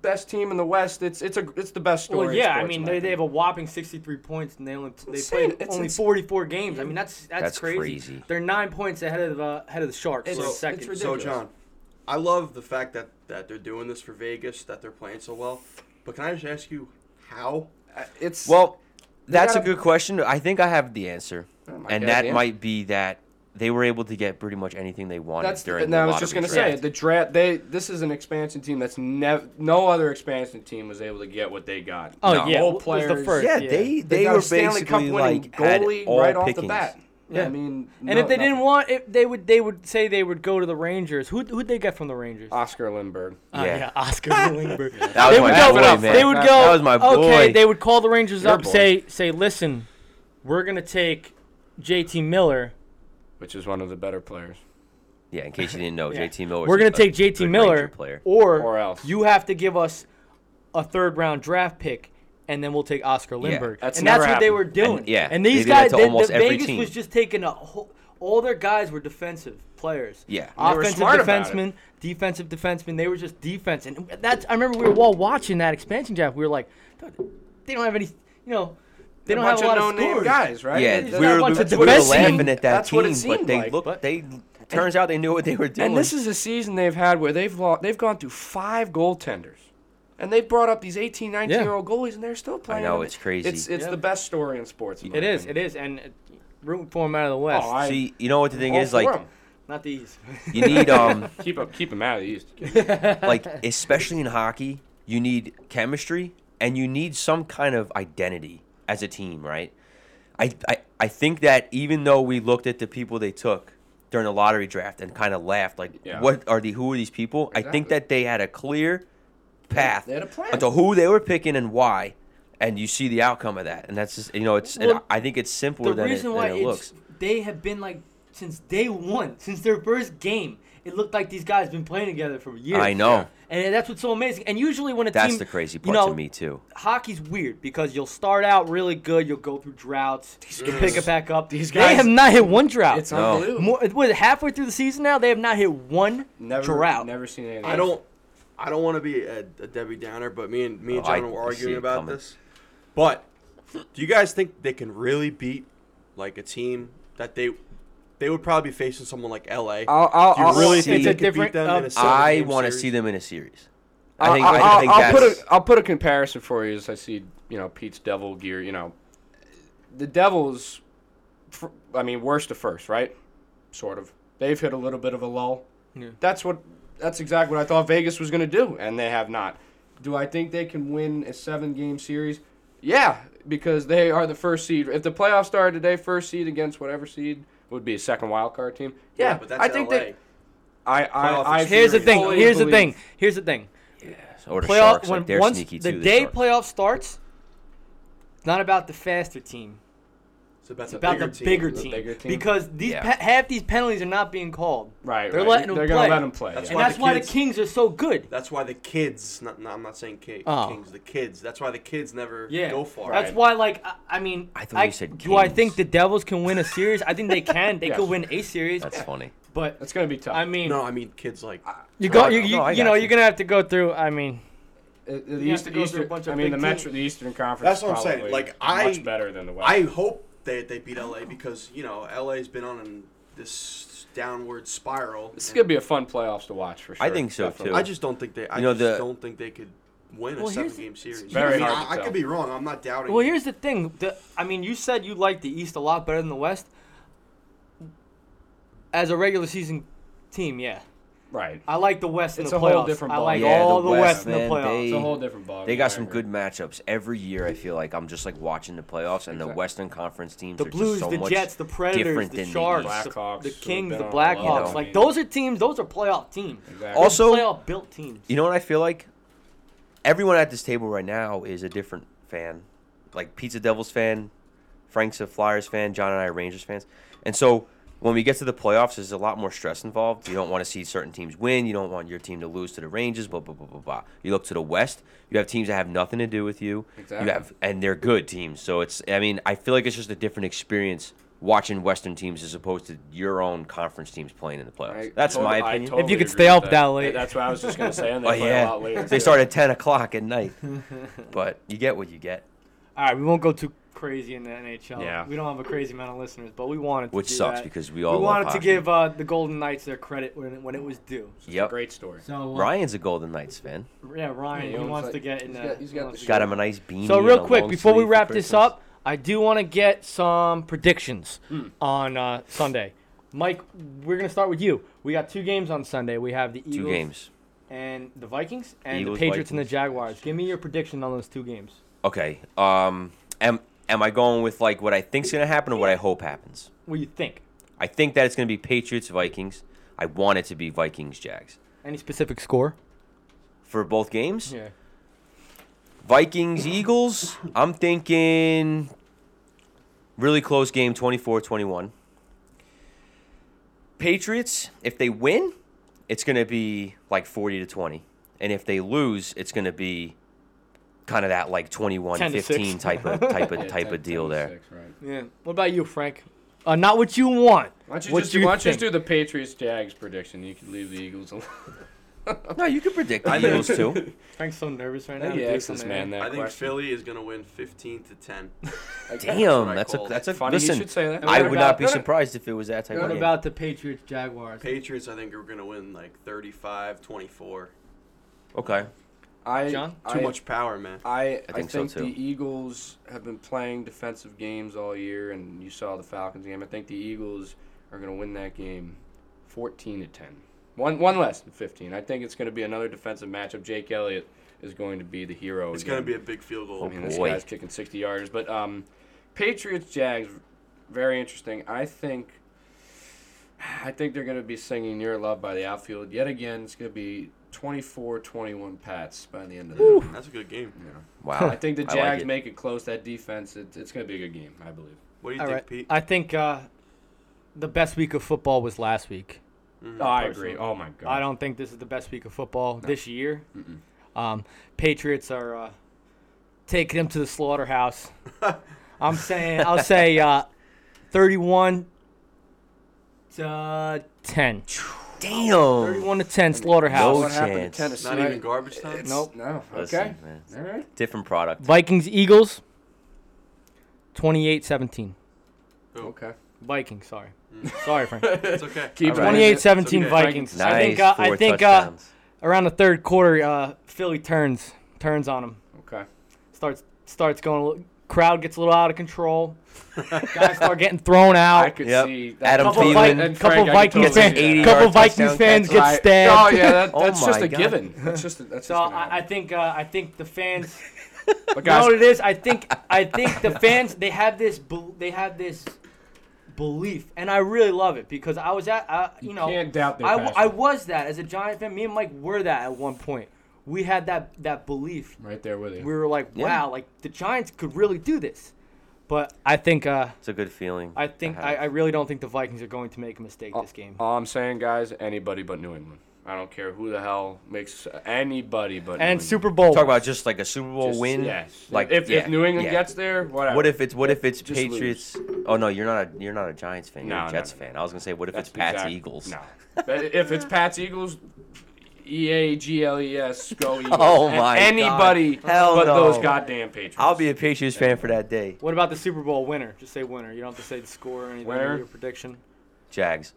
Speaker 3: best team in the West. It's it's a it's the best story.
Speaker 2: Well,
Speaker 3: in
Speaker 2: yeah, I
Speaker 3: sports, in
Speaker 2: mean
Speaker 3: my
Speaker 2: they, they have
Speaker 3: opinion.
Speaker 2: a whopping 63 points, and they only they
Speaker 3: insane.
Speaker 2: played
Speaker 3: It's
Speaker 2: only
Speaker 3: ins-
Speaker 2: 44 games. I mean that's that's,
Speaker 4: That's
Speaker 2: crazy.
Speaker 4: crazy.
Speaker 2: They're nine points ahead of uh, ahead of the Sharks.
Speaker 3: It's-
Speaker 2: for
Speaker 3: it's
Speaker 2: second.
Speaker 3: ridiculous.
Speaker 1: So John, I love the fact that that they're doing this for Vegas, that they're playing so well. But can I just ask you how?
Speaker 3: Uh, it's
Speaker 4: Well, That's a
Speaker 3: gotta-
Speaker 4: good question. I think I have the answer,
Speaker 3: Oh, my
Speaker 4: and
Speaker 3: God,
Speaker 4: that
Speaker 3: the answer.
Speaker 4: might be that they were able to get pretty much anything they wanted
Speaker 3: That's
Speaker 4: during.
Speaker 3: no,
Speaker 4: the
Speaker 3: I was just
Speaker 4: lottery
Speaker 3: gonna
Speaker 4: draft.
Speaker 3: say the draft. They this is an expansion team that's never no other expansion team was able to get what they got.
Speaker 2: Oh,
Speaker 4: No.
Speaker 2: yeah.
Speaker 3: All
Speaker 2: it was the
Speaker 3: players-
Speaker 2: first.
Speaker 4: Yeah,
Speaker 2: yeah.
Speaker 4: they
Speaker 3: They,
Speaker 4: they
Speaker 3: got
Speaker 4: were
Speaker 3: a Stanley Cup
Speaker 4: basically
Speaker 3: winning
Speaker 4: like had
Speaker 3: goalie
Speaker 4: all
Speaker 3: right off
Speaker 4: pickings.
Speaker 3: the bat.
Speaker 2: Yeah.
Speaker 3: I mean,
Speaker 2: And
Speaker 3: no-
Speaker 2: if they didn't
Speaker 3: nothing.
Speaker 2: want, if they would, they would say they would go to the Rangers. Who who'd they get from the Rangers?
Speaker 3: Oscar Lindberg.
Speaker 2: Ah,
Speaker 4: Uh, Yeah.
Speaker 2: Oscar Lindbergh.
Speaker 4: That was
Speaker 2: they
Speaker 4: my
Speaker 2: would
Speaker 3: That
Speaker 2: go.
Speaker 4: boy,
Speaker 3: was-
Speaker 4: man.
Speaker 2: They would go.
Speaker 4: That was my boy.
Speaker 2: Okay, they would call the Rangers
Speaker 3: Your
Speaker 2: up,
Speaker 3: boy.
Speaker 2: say say, listen, we're gonna take J.T. Miller.
Speaker 3: which is one of the better players.
Speaker 4: yeah, in case you didn't know,
Speaker 2: Yeah.
Speaker 4: JT Miller.
Speaker 2: we're gonna take J.T. Miller,
Speaker 4: player.
Speaker 2: or
Speaker 3: Or else.
Speaker 2: you have to give us a third round draft pick, and then we'll take Oscar Lindberg.
Speaker 3: that's
Speaker 2: and that's
Speaker 3: never
Speaker 2: what they
Speaker 3: happened.
Speaker 2: were doing.
Speaker 4: And- yeah,
Speaker 2: and
Speaker 4: they
Speaker 2: these
Speaker 4: did that
Speaker 2: guys,
Speaker 4: to
Speaker 2: they,
Speaker 4: almost
Speaker 2: the
Speaker 4: every
Speaker 2: Vegas
Speaker 4: team.
Speaker 2: was just taking a whole. All their guys were defensive players.
Speaker 4: Yeah.
Speaker 3: And they were
Speaker 2: offensive
Speaker 3: smart about
Speaker 2: defensemen, defensive defensemen. They were just defense, and that's. I remember we were all watching that expansion draft. We were like, "Dude, they don't have any. You know, they don't have a lot of
Speaker 3: no-name
Speaker 2: scores.
Speaker 3: guys, right?
Speaker 4: Yeah,
Speaker 3: They-
Speaker 4: we
Speaker 3: they-
Speaker 2: got a
Speaker 4: were,
Speaker 2: bunch
Speaker 4: we,
Speaker 2: of
Speaker 4: were
Speaker 2: defensemen.
Speaker 4: laughing at that
Speaker 3: That's
Speaker 4: team,
Speaker 3: what it
Speaker 4: but
Speaker 3: seemed
Speaker 4: they
Speaker 3: like,
Speaker 4: looked.
Speaker 3: but-
Speaker 4: they turns out they knew what they were doing.
Speaker 3: And this is a season they've had where they've lo- they've gone through five goaltenders. And they've brought up these 18, 19
Speaker 2: Yeah.
Speaker 3: year old goalies, and they're still playing.
Speaker 4: know,
Speaker 3: them.
Speaker 4: it's crazy.
Speaker 3: It's it's
Speaker 2: Yeah.
Speaker 3: the best story in sports. in my
Speaker 2: It is. It
Speaker 3: opinion.
Speaker 2: is, and uh, rooting for them out of the West,
Speaker 3: Oh, I-
Speaker 4: see. You know what the thing
Speaker 3: All
Speaker 4: is?
Speaker 3: for
Speaker 4: Like
Speaker 3: 'em.
Speaker 2: not the East.
Speaker 4: you need um
Speaker 3: keep up, keep them out of the East.
Speaker 4: like especially in hockey, you need chemistry and you need some kind of identity as a team, right? I, I, I think that even though we looked at the people they took during the lottery draft and kind of laughed, like,
Speaker 3: Yeah.
Speaker 4: what are the who are these people? I think
Speaker 3: Exactly.
Speaker 4: that they had a clear path
Speaker 3: they had a plan.
Speaker 4: onto who they were picking and why, and you see the outcome of that. And that's just you know it's and
Speaker 2: Well,
Speaker 4: I think it's simpler
Speaker 2: the
Speaker 4: than it,
Speaker 2: reason
Speaker 4: than
Speaker 2: why
Speaker 4: it
Speaker 2: it's,
Speaker 4: looks.
Speaker 2: they have been like since day one, since their first game. It looked like these guys been playing together for years.
Speaker 4: I know.
Speaker 2: and that's what's so amazing. And usually when a
Speaker 4: That's
Speaker 2: team,
Speaker 4: the crazy part
Speaker 2: you know,
Speaker 4: to me too.
Speaker 2: hockey's weird because you'll start out really good, you'll go through droughts, you'll pick it back up. These they
Speaker 3: guys-
Speaker 2: have not hit one drought.
Speaker 3: It's
Speaker 4: No.
Speaker 3: unbelievable.
Speaker 2: More, what, halfway through the season now, they have not hit one
Speaker 3: never,
Speaker 2: drought.
Speaker 3: Never seen anything.
Speaker 1: I don't, I don't want to be a, a Debbie Downer, but me and me and
Speaker 4: Oh, I-
Speaker 1: John were
Speaker 4: I see
Speaker 1: arguing
Speaker 4: it
Speaker 1: about
Speaker 4: coming.
Speaker 1: this. But do you guys think they can really beat like a team that they they would probably be facing someone like LA?
Speaker 3: I'll, I'll,
Speaker 1: do you
Speaker 3: I'll-
Speaker 1: really
Speaker 2: it's
Speaker 1: think
Speaker 2: a
Speaker 1: they could
Speaker 2: different-
Speaker 1: beat them
Speaker 2: uh,
Speaker 1: in a seven
Speaker 4: I
Speaker 1: game
Speaker 4: want to
Speaker 1: series?
Speaker 4: see them in a series.
Speaker 3: I'll-
Speaker 4: I think
Speaker 3: Uh, I'll,
Speaker 4: I think
Speaker 3: I'll
Speaker 4: that's
Speaker 3: put a I'll put a comparison for you. As I see, you know, Pete's Devil gear. You know, the Devils. fr- I mean, worst to first, right? Sort of. They've hit a little bit of a lull.
Speaker 2: Yeah.
Speaker 3: That's what. That's exactly what I thought Vegas was going to do, and they have not. Do I think they can win a seven-game series? Yeah, because they are the first seed. If the playoffs started today, first seed against whatever seed would be a second wild card team. Yeah,
Speaker 1: but that's
Speaker 3: I think
Speaker 1: LA.
Speaker 3: they. I,
Speaker 1: Playoff
Speaker 3: I, I
Speaker 2: Here's the thing.
Speaker 3: fully
Speaker 2: Here's the
Speaker 3: believe-
Speaker 2: thing. Here's the thing.
Speaker 4: or the
Speaker 2: Playoff
Speaker 4: Sharks.
Speaker 2: when
Speaker 4: Like they're
Speaker 2: once
Speaker 4: sneaky
Speaker 2: the
Speaker 4: too. the
Speaker 2: day
Speaker 4: Sharks.
Speaker 2: playoff starts, it's not about the faster team.
Speaker 1: It's about,
Speaker 2: It's about the bigger
Speaker 3: The
Speaker 2: team.
Speaker 3: bigger team.
Speaker 2: because these
Speaker 4: Yeah.
Speaker 2: pe- half these penalties are not being called.
Speaker 3: Right,
Speaker 2: They're
Speaker 3: right.
Speaker 2: letting 'em
Speaker 3: They're gonna
Speaker 2: play.
Speaker 3: let them play.
Speaker 1: That's
Speaker 3: yeah.
Speaker 2: And
Speaker 1: why
Speaker 2: that's
Speaker 1: the
Speaker 2: why the
Speaker 1: kids-
Speaker 2: Kings are so good.
Speaker 1: That's why the kids. Not, no, I'm not saying ki-
Speaker 2: Oh.
Speaker 1: Kings. The kids. That's why the kids never
Speaker 2: Yeah,
Speaker 1: go far.
Speaker 2: That's
Speaker 3: Right.
Speaker 2: why, like, I, I mean,
Speaker 4: I thought you said
Speaker 2: do I
Speaker 4: Kings.
Speaker 2: think the Devils can win a series? I think they can. They
Speaker 3: Yes.
Speaker 2: could win a series,
Speaker 4: That's funny.
Speaker 2: but
Speaker 3: It's gonna be tough.
Speaker 2: I mean,
Speaker 1: No, I mean kids like.
Speaker 2: you go,
Speaker 4: No,
Speaker 2: you,
Speaker 4: no,
Speaker 2: you,
Speaker 4: I
Speaker 2: you
Speaker 4: got
Speaker 2: know,
Speaker 4: you.
Speaker 2: you're gonna have to go through. I mean,
Speaker 3: Uh, the
Speaker 2: You have to
Speaker 3: Eastern,
Speaker 2: go through a
Speaker 3: Eastern-
Speaker 2: bunch
Speaker 3: I
Speaker 2: of
Speaker 3: mean, the
Speaker 2: big
Speaker 3: Metro,
Speaker 2: teams.
Speaker 3: the Eastern Conference.
Speaker 1: That's
Speaker 3: is
Speaker 1: what I'm saying.
Speaker 3: probably
Speaker 1: Like, I-
Speaker 3: much better than the West.
Speaker 1: I hope that they beat LA because you know LA's been on an, this downward spiral.
Speaker 3: this is
Speaker 1: and
Speaker 3: gonna be a fun playoffs to watch for sure.
Speaker 4: I think so,
Speaker 3: definitely.
Speaker 4: too.
Speaker 1: I just don't think they. I
Speaker 4: You know,
Speaker 1: just
Speaker 4: the-
Speaker 1: don't think they could win
Speaker 2: Well,
Speaker 1: a
Speaker 2: here's-
Speaker 1: seven-game series.
Speaker 3: very
Speaker 1: I, mean,
Speaker 3: hard
Speaker 1: I-
Speaker 3: to
Speaker 1: I
Speaker 3: tell.
Speaker 1: could be wrong. I'm not doubting.
Speaker 2: well,
Speaker 1: you.
Speaker 2: here's the thing. The, I mean, you said you like the East a lot better than the West. As a regular season team, yeah,
Speaker 3: Right.
Speaker 2: I like the West in
Speaker 3: It's
Speaker 2: the
Speaker 3: a
Speaker 2: playoffs.
Speaker 3: whole different
Speaker 2: I
Speaker 3: ball
Speaker 2: like
Speaker 3: game.
Speaker 4: Yeah,
Speaker 2: all
Speaker 4: the
Speaker 2: the West,
Speaker 4: West,
Speaker 2: in the
Speaker 4: man,
Speaker 2: playoffs.
Speaker 4: they-
Speaker 3: It's a whole different ball.
Speaker 4: They
Speaker 3: game,
Speaker 4: got
Speaker 3: I
Speaker 4: some
Speaker 3: agree.
Speaker 4: good matchups every year. I feel like I'm just like watching the playoffs and the
Speaker 3: Exactly.
Speaker 4: Western Conference teams.
Speaker 2: the
Speaker 4: are
Speaker 2: Blues,
Speaker 4: just so
Speaker 2: the
Speaker 4: much
Speaker 2: Jets, the Predators,
Speaker 4: different
Speaker 2: the
Speaker 4: than the
Speaker 2: Sharks,
Speaker 4: East.
Speaker 2: the,
Speaker 3: Blackhawks,
Speaker 2: the
Speaker 3: who've
Speaker 2: Kings,
Speaker 3: been
Speaker 2: the
Speaker 3: on a lot,
Speaker 2: Blackhawks.
Speaker 4: I
Speaker 2: Like
Speaker 3: mean.
Speaker 2: those are teams. Those are playoff teams.
Speaker 3: Exactly.
Speaker 4: Also-
Speaker 2: playoff built teams.
Speaker 4: You know what I feel like? Everyone at this table right now is a different fan. Like Pizza Devils fan, Frank's a Flyers fan, John and I are Rangers fans. And so when we get to the playoffs, there's a lot more stress involved. You don't want to see certain teams win. You don't want your team to lose to the Rangers, blah, blah, blah, blah, blah. You look to the West, you have teams that have nothing to do with you.
Speaker 3: Exactly.
Speaker 4: You have and they're good teams. So it's I mean, I feel like it's just a different experience watching Western teams as opposed to your own conference teams playing in the playoffs.
Speaker 3: I
Speaker 4: That's
Speaker 3: tot-
Speaker 4: my
Speaker 3: I
Speaker 4: opinion.
Speaker 3: totally
Speaker 2: you could
Speaker 3: agree
Speaker 2: stay
Speaker 3: with
Speaker 2: up that late.
Speaker 3: That's what I was just gonna say. And they
Speaker 4: Oh
Speaker 3: play a
Speaker 4: yeah,
Speaker 3: lot later.
Speaker 4: they
Speaker 3: too.
Speaker 4: start at ten o'clock at night. but you get what you get,
Speaker 2: All right, we won't go too crazy in the NHL.
Speaker 3: Yeah.
Speaker 2: We don't have a crazy amount of listeners, but we wanted to
Speaker 4: which
Speaker 2: do
Speaker 4: sucks
Speaker 2: that.
Speaker 4: because we all
Speaker 2: we
Speaker 4: love
Speaker 2: wanted to
Speaker 4: hockey.
Speaker 2: give uh, the Golden Knights their credit when, when it was due.
Speaker 4: Yep,
Speaker 3: Great story.
Speaker 2: So uh,
Speaker 4: Ryan's a Golden Knights fan.
Speaker 2: yeah, Ryan,
Speaker 3: Yeah,
Speaker 2: he
Speaker 3: he
Speaker 2: wants
Speaker 3: was
Speaker 2: to
Speaker 3: like-
Speaker 2: get in.
Speaker 3: he's
Speaker 2: uh,
Speaker 3: got- he's
Speaker 2: he
Speaker 3: got
Speaker 2: wants
Speaker 3: the
Speaker 2: to
Speaker 4: Got
Speaker 2: get-
Speaker 4: him a nice beanie.
Speaker 2: So
Speaker 4: and
Speaker 2: real
Speaker 4: a
Speaker 2: quick,
Speaker 4: long
Speaker 2: before we
Speaker 4: sleeve for
Speaker 2: wrap this
Speaker 4: Christmas.
Speaker 2: up, I do want to get some predictions
Speaker 3: Hmm.
Speaker 2: on uh, Sunday. Mike, we're gonna start with you. We got two games on Sunday. We have the Eagles
Speaker 4: Two games.
Speaker 2: and the Vikings, and
Speaker 4: Eagles,
Speaker 2: the Patriots and the
Speaker 4: Vikings.
Speaker 2: Jaguars. Give me your prediction on those two games.
Speaker 4: Okay. Um. Am am I going with like what I think's gonna happen or what I hope happens?
Speaker 2: What do you think?
Speaker 4: I think that it's gonna be Patriots Vikings. I want it to be Vikings Jags
Speaker 2: Any specific score?
Speaker 4: for both games.
Speaker 2: Yeah.
Speaker 4: Vikings Eagles. I'm thinking really close game 24-21. Patriots, if they win, it's going to be like 40 to 20. And if they lose, it's going to be kind of that like
Speaker 2: 10 to
Speaker 4: 21-15
Speaker 2: six.
Speaker 4: type of type of
Speaker 3: Yeah,
Speaker 4: type
Speaker 3: 10,
Speaker 4: of deal there.
Speaker 3: 26, right.
Speaker 2: Yeah. What about you, Frank? Uh, not what you want.
Speaker 3: Why don't you
Speaker 2: What
Speaker 3: just
Speaker 2: do
Speaker 3: do,
Speaker 2: you
Speaker 3: why don't you just
Speaker 2: think?
Speaker 3: do the Patriots Jags prediction? You can leave the Eagles alone.
Speaker 4: No, you can predict the
Speaker 1: I think-
Speaker 4: Eagles too.
Speaker 2: Frank's so nervous right
Speaker 3: I
Speaker 2: now.
Speaker 3: think
Speaker 2: to
Speaker 3: he
Speaker 2: do
Speaker 3: asked this
Speaker 2: something.
Speaker 3: man that
Speaker 1: I think
Speaker 3: question.
Speaker 1: Philly is going to win 15 to 10.
Speaker 4: Damn,
Speaker 1: I
Speaker 4: that's a
Speaker 1: called.
Speaker 4: that's a
Speaker 3: Funny you
Speaker 4: listen.
Speaker 3: should say that.
Speaker 4: I
Speaker 2: What
Speaker 4: would not
Speaker 2: about-
Speaker 4: be surprised if it was that type of
Speaker 2: What
Speaker 4: game.
Speaker 2: about the Patriots Jaguars?
Speaker 1: Patriots, I think, are going to win like 35 24.
Speaker 4: okay.
Speaker 3: I,
Speaker 2: John?
Speaker 1: Too
Speaker 3: I-
Speaker 1: much power, man.
Speaker 3: I, I
Speaker 4: think
Speaker 3: think,
Speaker 4: so, too.
Speaker 3: the Eagles have been playing defensive games all year, and you saw the Falcons game. I think the Eagles are going to win that game, fourteen to ten. One one less than fifteen. I think it's going to be another defensive matchup. Jake Elliott is going to be the hero.
Speaker 1: It's going to be a big field goal.
Speaker 4: Oh,
Speaker 3: I mean, this
Speaker 4: boy.
Speaker 3: guy's kicking sixty yards, but um, Patriots Jags, very interesting. I think. I think they're going to be singing "Your Love" by the outfield yet again. It's going to be 24-21 Pats by the end of the.
Speaker 1: That's a good game.
Speaker 4: Wow.
Speaker 3: I think the
Speaker 4: I like
Speaker 3: Jags
Speaker 4: it.
Speaker 3: make it close. That defense, it, it's going to be a good game, I believe.
Speaker 1: What do you
Speaker 2: All
Speaker 1: think,
Speaker 2: right.
Speaker 1: Pete?
Speaker 2: I think uh, the best week of football was last week.
Speaker 3: I
Speaker 2: personally.
Speaker 3: agree. Oh my god.
Speaker 2: I don't think this is the best week of football this year. Um, Patriots are uh, taking them to the slaughterhouse. I'm saying I'll say uh, 31 to 10.
Speaker 4: Damn.
Speaker 2: 31 to 10 slaughterhouse.
Speaker 4: No
Speaker 3: what happened
Speaker 4: chance.
Speaker 3: to Tennessee?
Speaker 1: Not even garbage time?
Speaker 3: It's-
Speaker 2: Nope.
Speaker 3: No. Okay.
Speaker 4: Listen, man.
Speaker 3: All right.
Speaker 4: Different product.
Speaker 2: Vikings Eagles 28-17.
Speaker 3: Okay.
Speaker 2: Vikings, sorry. Sorry, Frank.
Speaker 1: It's okay.
Speaker 3: Keep
Speaker 4: All Mm. right.
Speaker 2: 28-17
Speaker 1: It's okay.
Speaker 2: Vikings. I think uh,
Speaker 4: Nice,
Speaker 2: I
Speaker 4: four
Speaker 2: think uh,
Speaker 4: touchdowns.
Speaker 2: around the third quarter uh, Philly turns turns on them.
Speaker 3: Okay.
Speaker 2: starts starts going. a little- Crowd gets a little out of control. Guys start getting thrown out.
Speaker 3: I could
Speaker 4: Yep.
Speaker 3: see
Speaker 4: Adam
Speaker 2: couple
Speaker 4: Thielen.
Speaker 2: Vi-
Speaker 3: Frank,
Speaker 4: And
Speaker 2: couple
Speaker 3: I could
Speaker 2: Vikings
Speaker 3: totally
Speaker 2: fans,
Speaker 3: see that.
Speaker 2: couple
Speaker 4: Yard
Speaker 2: Vikings
Speaker 4: touchdown
Speaker 2: fans
Speaker 4: catch.
Speaker 2: get
Speaker 3: Right.
Speaker 2: stabbed.
Speaker 3: Oh yeah, that,
Speaker 4: Oh
Speaker 3: that's just
Speaker 4: my
Speaker 3: a
Speaker 4: God.
Speaker 3: given. That's just that's
Speaker 2: So
Speaker 3: just gonna
Speaker 2: I, I
Speaker 3: happen.
Speaker 2: think uh, I think the fans.
Speaker 3: But
Speaker 2: you know
Speaker 3: guys,
Speaker 2: what it is? I think I think the fans they have this bel- they have this belief, and I really love it because I was at I, you,
Speaker 3: you
Speaker 2: know
Speaker 3: can't doubt their
Speaker 2: I, w- I
Speaker 3: passion.
Speaker 2: was that as a Giant fan. Me and Mike were that at one point. We had that that belief
Speaker 3: right there with you.
Speaker 2: we were like,
Speaker 4: Yeah.
Speaker 2: wow, like the Giants could really do this. But I think uh,
Speaker 4: It's a good feeling.
Speaker 2: I think I,
Speaker 4: have. Oh,
Speaker 2: I really don't think the Vikings are going to make a mistake this game.
Speaker 3: All I'm saying, guys, anybody but New England. I don't care who the hell makes anybody but New
Speaker 2: and
Speaker 3: England.
Speaker 2: Super Bowl.
Speaker 4: oh, Talk about just like a Super Bowl
Speaker 3: Just-
Speaker 4: win.
Speaker 3: Yes.
Speaker 4: Like
Speaker 3: if,
Speaker 4: yeah,
Speaker 3: if New England
Speaker 4: yeah.
Speaker 3: gets there, whatever.
Speaker 4: What if it's what if it's
Speaker 3: Just lose.
Speaker 4: Patriots? Oh no, you're not a you're not a Giants fan. You're
Speaker 3: No,
Speaker 4: a
Speaker 3: no,
Speaker 4: Jets
Speaker 3: no, no.
Speaker 4: fan. I was gonna say what if
Speaker 3: That's
Speaker 4: it's Pats
Speaker 3: exact-
Speaker 4: Eagles?
Speaker 3: No. But if it's Pats Eagles, E A G L E S go Eagles.
Speaker 4: Oh,
Speaker 3: And
Speaker 4: my God.
Speaker 3: Anybody
Speaker 4: Hell
Speaker 3: but
Speaker 4: no.
Speaker 3: those goddamn Patriots.
Speaker 4: I'll be a Patriots fan for that day.
Speaker 2: What about the Super Bowl winner? Just say winner. You don't have to say the score or anything. or
Speaker 3: Winner?
Speaker 2: Your prediction.
Speaker 4: Jags.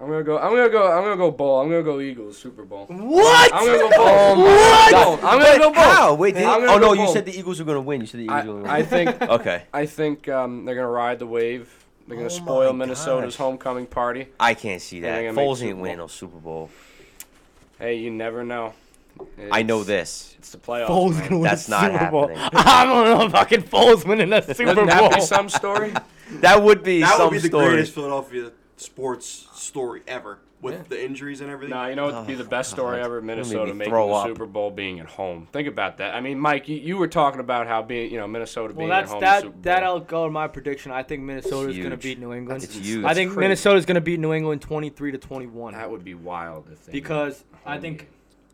Speaker 3: I'm gonna go. I'm gonna go. I'm gonna go bowl. I'm gonna go Eagles Super Bowl.
Speaker 2: What?
Speaker 3: I'm gonna go
Speaker 4: Oh
Speaker 3: bowl.
Speaker 4: What?
Speaker 3: No, I'm gonna go bowl.
Speaker 4: How? Wait, did,
Speaker 3: I'm gonna
Speaker 4: oh no,
Speaker 3: go
Speaker 4: you
Speaker 3: bold.
Speaker 4: said the Eagles were gonna win. You said the Eagles were gonna win.
Speaker 3: I, I think.
Speaker 4: okay,
Speaker 3: I think um, they're gonna ride the wave. They're gonna
Speaker 4: Oh
Speaker 3: spoil
Speaker 4: my
Speaker 3: Minnesota's
Speaker 4: gosh.
Speaker 3: homecoming party.
Speaker 4: I can't see
Speaker 3: They're
Speaker 4: that.
Speaker 3: gonna make
Speaker 4: Foles
Speaker 3: Super
Speaker 4: ain't winning
Speaker 3: Bowl.
Speaker 4: no Super Bowl.
Speaker 3: Hey, you never know.
Speaker 4: I know
Speaker 3: It's-
Speaker 4: this.
Speaker 3: It's the playoffs.
Speaker 2: Foles
Speaker 3: man.
Speaker 2: gonna win
Speaker 4: That's
Speaker 2: the
Speaker 4: not
Speaker 2: Super Bowl.
Speaker 4: happening.
Speaker 2: I don't know if fucking Foles winning a Super
Speaker 3: Wouldn't that be
Speaker 2: Bowl.
Speaker 3: some story?
Speaker 4: That would be
Speaker 1: That
Speaker 4: some
Speaker 1: would be the
Speaker 4: story.
Speaker 1: greatest Philadelphia sports story ever with the injuries and everything.
Speaker 3: No, you know what would be the best story
Speaker 4: Oh, God.
Speaker 3: ever?
Speaker 4: made me
Speaker 3: Minnesota making
Speaker 4: throw
Speaker 3: the
Speaker 4: up.
Speaker 3: Super Bowl being at home. Think about that. I mean, Mike, you, you were talking about how being, you know, Minnesota
Speaker 2: Well,
Speaker 3: being at
Speaker 2: that's
Speaker 3: home. in the Super
Speaker 2: that.
Speaker 3: Bowl.
Speaker 2: That'll go to my prediction. I think Minnesota's going to
Speaker 4: huge.
Speaker 2: beat New England.
Speaker 4: It's huge.
Speaker 2: I think
Speaker 4: It's crazy.
Speaker 2: Minnesota's going to beat New England twenty-three to twenty-one.
Speaker 3: That would be wild if they
Speaker 2: because I
Speaker 3: home
Speaker 2: think
Speaker 3: game.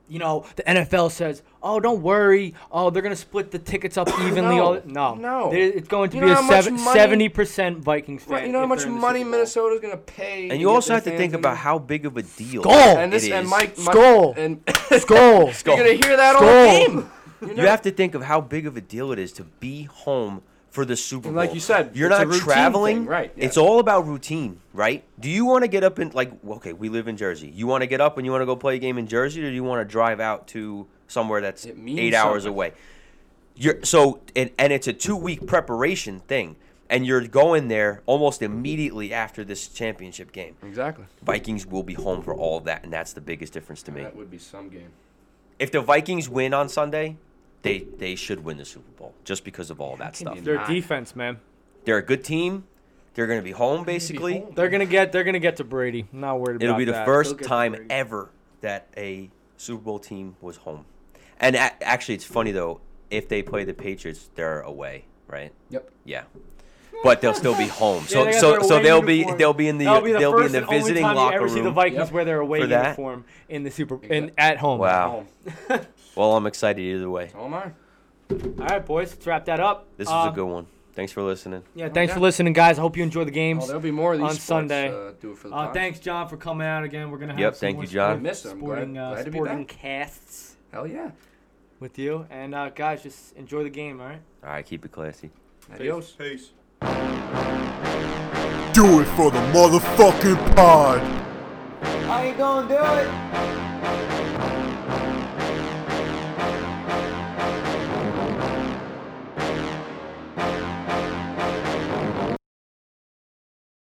Speaker 2: you know the NFL says, "Oh, don't worry. Oh, they're gonna split the tickets up evenly."
Speaker 3: No.
Speaker 2: all no,
Speaker 3: No.
Speaker 2: There- it's going to
Speaker 3: You
Speaker 2: be
Speaker 3: know
Speaker 2: a
Speaker 3: how much
Speaker 2: seven,
Speaker 3: money-
Speaker 2: 70% Vikings fan.
Speaker 3: Right, you know how
Speaker 2: if
Speaker 3: much
Speaker 2: they're in the
Speaker 3: money
Speaker 2: Super Bowl.
Speaker 3: Minnesota's going to pay. to
Speaker 4: And you
Speaker 3: get
Speaker 4: also
Speaker 3: their
Speaker 4: have to
Speaker 3: fans
Speaker 4: think
Speaker 3: in?
Speaker 4: about how big of a deal
Speaker 2: Skull!
Speaker 3: and
Speaker 4: it
Speaker 3: this
Speaker 4: is.
Speaker 3: and Mike, Mike
Speaker 2: Skull.
Speaker 3: and
Speaker 2: Skull.
Speaker 3: you're going to hear that
Speaker 2: Skull.
Speaker 3: all game.
Speaker 4: You have to think of how big of a deal it is to be home for the Super Bowl.
Speaker 3: like you said,
Speaker 4: you're
Speaker 3: it's a
Speaker 4: not
Speaker 3: routine
Speaker 4: traveling.
Speaker 3: thing, right,
Speaker 4: It's
Speaker 3: yeah.
Speaker 4: all about routine, right? Do you want to get up and like? Okay, we live in Jersey. You want to get up and you want to go play a game in Jersey, or do you want to drive out to somewhere that's
Speaker 3: It means
Speaker 4: eight hours
Speaker 3: something.
Speaker 4: away? You're so and, and it's a two week preparation thing, and you're going there almost immediately after this championship game.
Speaker 3: Exactly.
Speaker 4: Vikings will be home for all of that, and that's the biggest difference to me.
Speaker 3: That would be some game.
Speaker 4: If the Vikings win on Sunday, they they should win the Super Bowl just because of all that stuff.
Speaker 3: you
Speaker 2: Their
Speaker 3: Nine.
Speaker 2: defense, man.
Speaker 4: They're a good team. They're going to be home basically.
Speaker 2: They're gonna get. They're gonna get to Brady. I'm not worried
Speaker 4: It'll
Speaker 2: about
Speaker 4: be the
Speaker 2: that. They'll
Speaker 4: first
Speaker 2: get to
Speaker 4: time
Speaker 2: Brady.
Speaker 4: ever that a Super Bowl team was home. And a- actually, it's funny though. If they play the Patriots, they're away, right?
Speaker 3: Yep.
Speaker 4: Yeah, but they'll still be home. So,
Speaker 2: they got
Speaker 4: so,
Speaker 2: their
Speaker 4: so
Speaker 2: away
Speaker 4: they'll be
Speaker 2: uniform.
Speaker 4: they'll be in the,
Speaker 2: That'll be the
Speaker 4: they'll be
Speaker 2: first
Speaker 4: in the
Speaker 2: and only
Speaker 4: visiting
Speaker 2: time you
Speaker 4: locker
Speaker 2: ever
Speaker 4: room.
Speaker 2: See the Vikings
Speaker 3: Yep.
Speaker 2: wear their away
Speaker 4: For that.
Speaker 2: uniform in the Super in
Speaker 3: Exactly.
Speaker 2: at home.
Speaker 4: Wow.
Speaker 3: Home.
Speaker 4: Well, I'm excited either way.
Speaker 3: So am I.
Speaker 2: All right, boys, let's wrap that up.
Speaker 4: This
Speaker 2: Uh,
Speaker 4: was a good one. Thanks for listening.
Speaker 2: Yeah, thanks
Speaker 3: yeah.
Speaker 2: for listening, guys. I hope you enjoy the
Speaker 3: Oh,
Speaker 2: games.
Speaker 3: there'll be more of these
Speaker 2: on
Speaker 3: sports,
Speaker 2: Sunday.
Speaker 3: Uh, do it for the
Speaker 2: Uh,
Speaker 3: podcast.
Speaker 2: thanks, John, for coming out again. We're gonna have
Speaker 4: Yep,
Speaker 2: some
Speaker 4: thank
Speaker 2: more
Speaker 4: you, John.
Speaker 2: sporting-
Speaker 3: Missed him. Glad-
Speaker 2: sporting, uh,
Speaker 3: glad to be
Speaker 2: sporting
Speaker 3: back.
Speaker 2: casts
Speaker 3: Hell yeah.
Speaker 2: with you. And uh, guys, just enjoy the game. All right.
Speaker 4: All right, keep it classy.
Speaker 3: Adios.
Speaker 1: Peace.
Speaker 5: Do it for the motherfucking pod.
Speaker 2: I ain't gonna do it.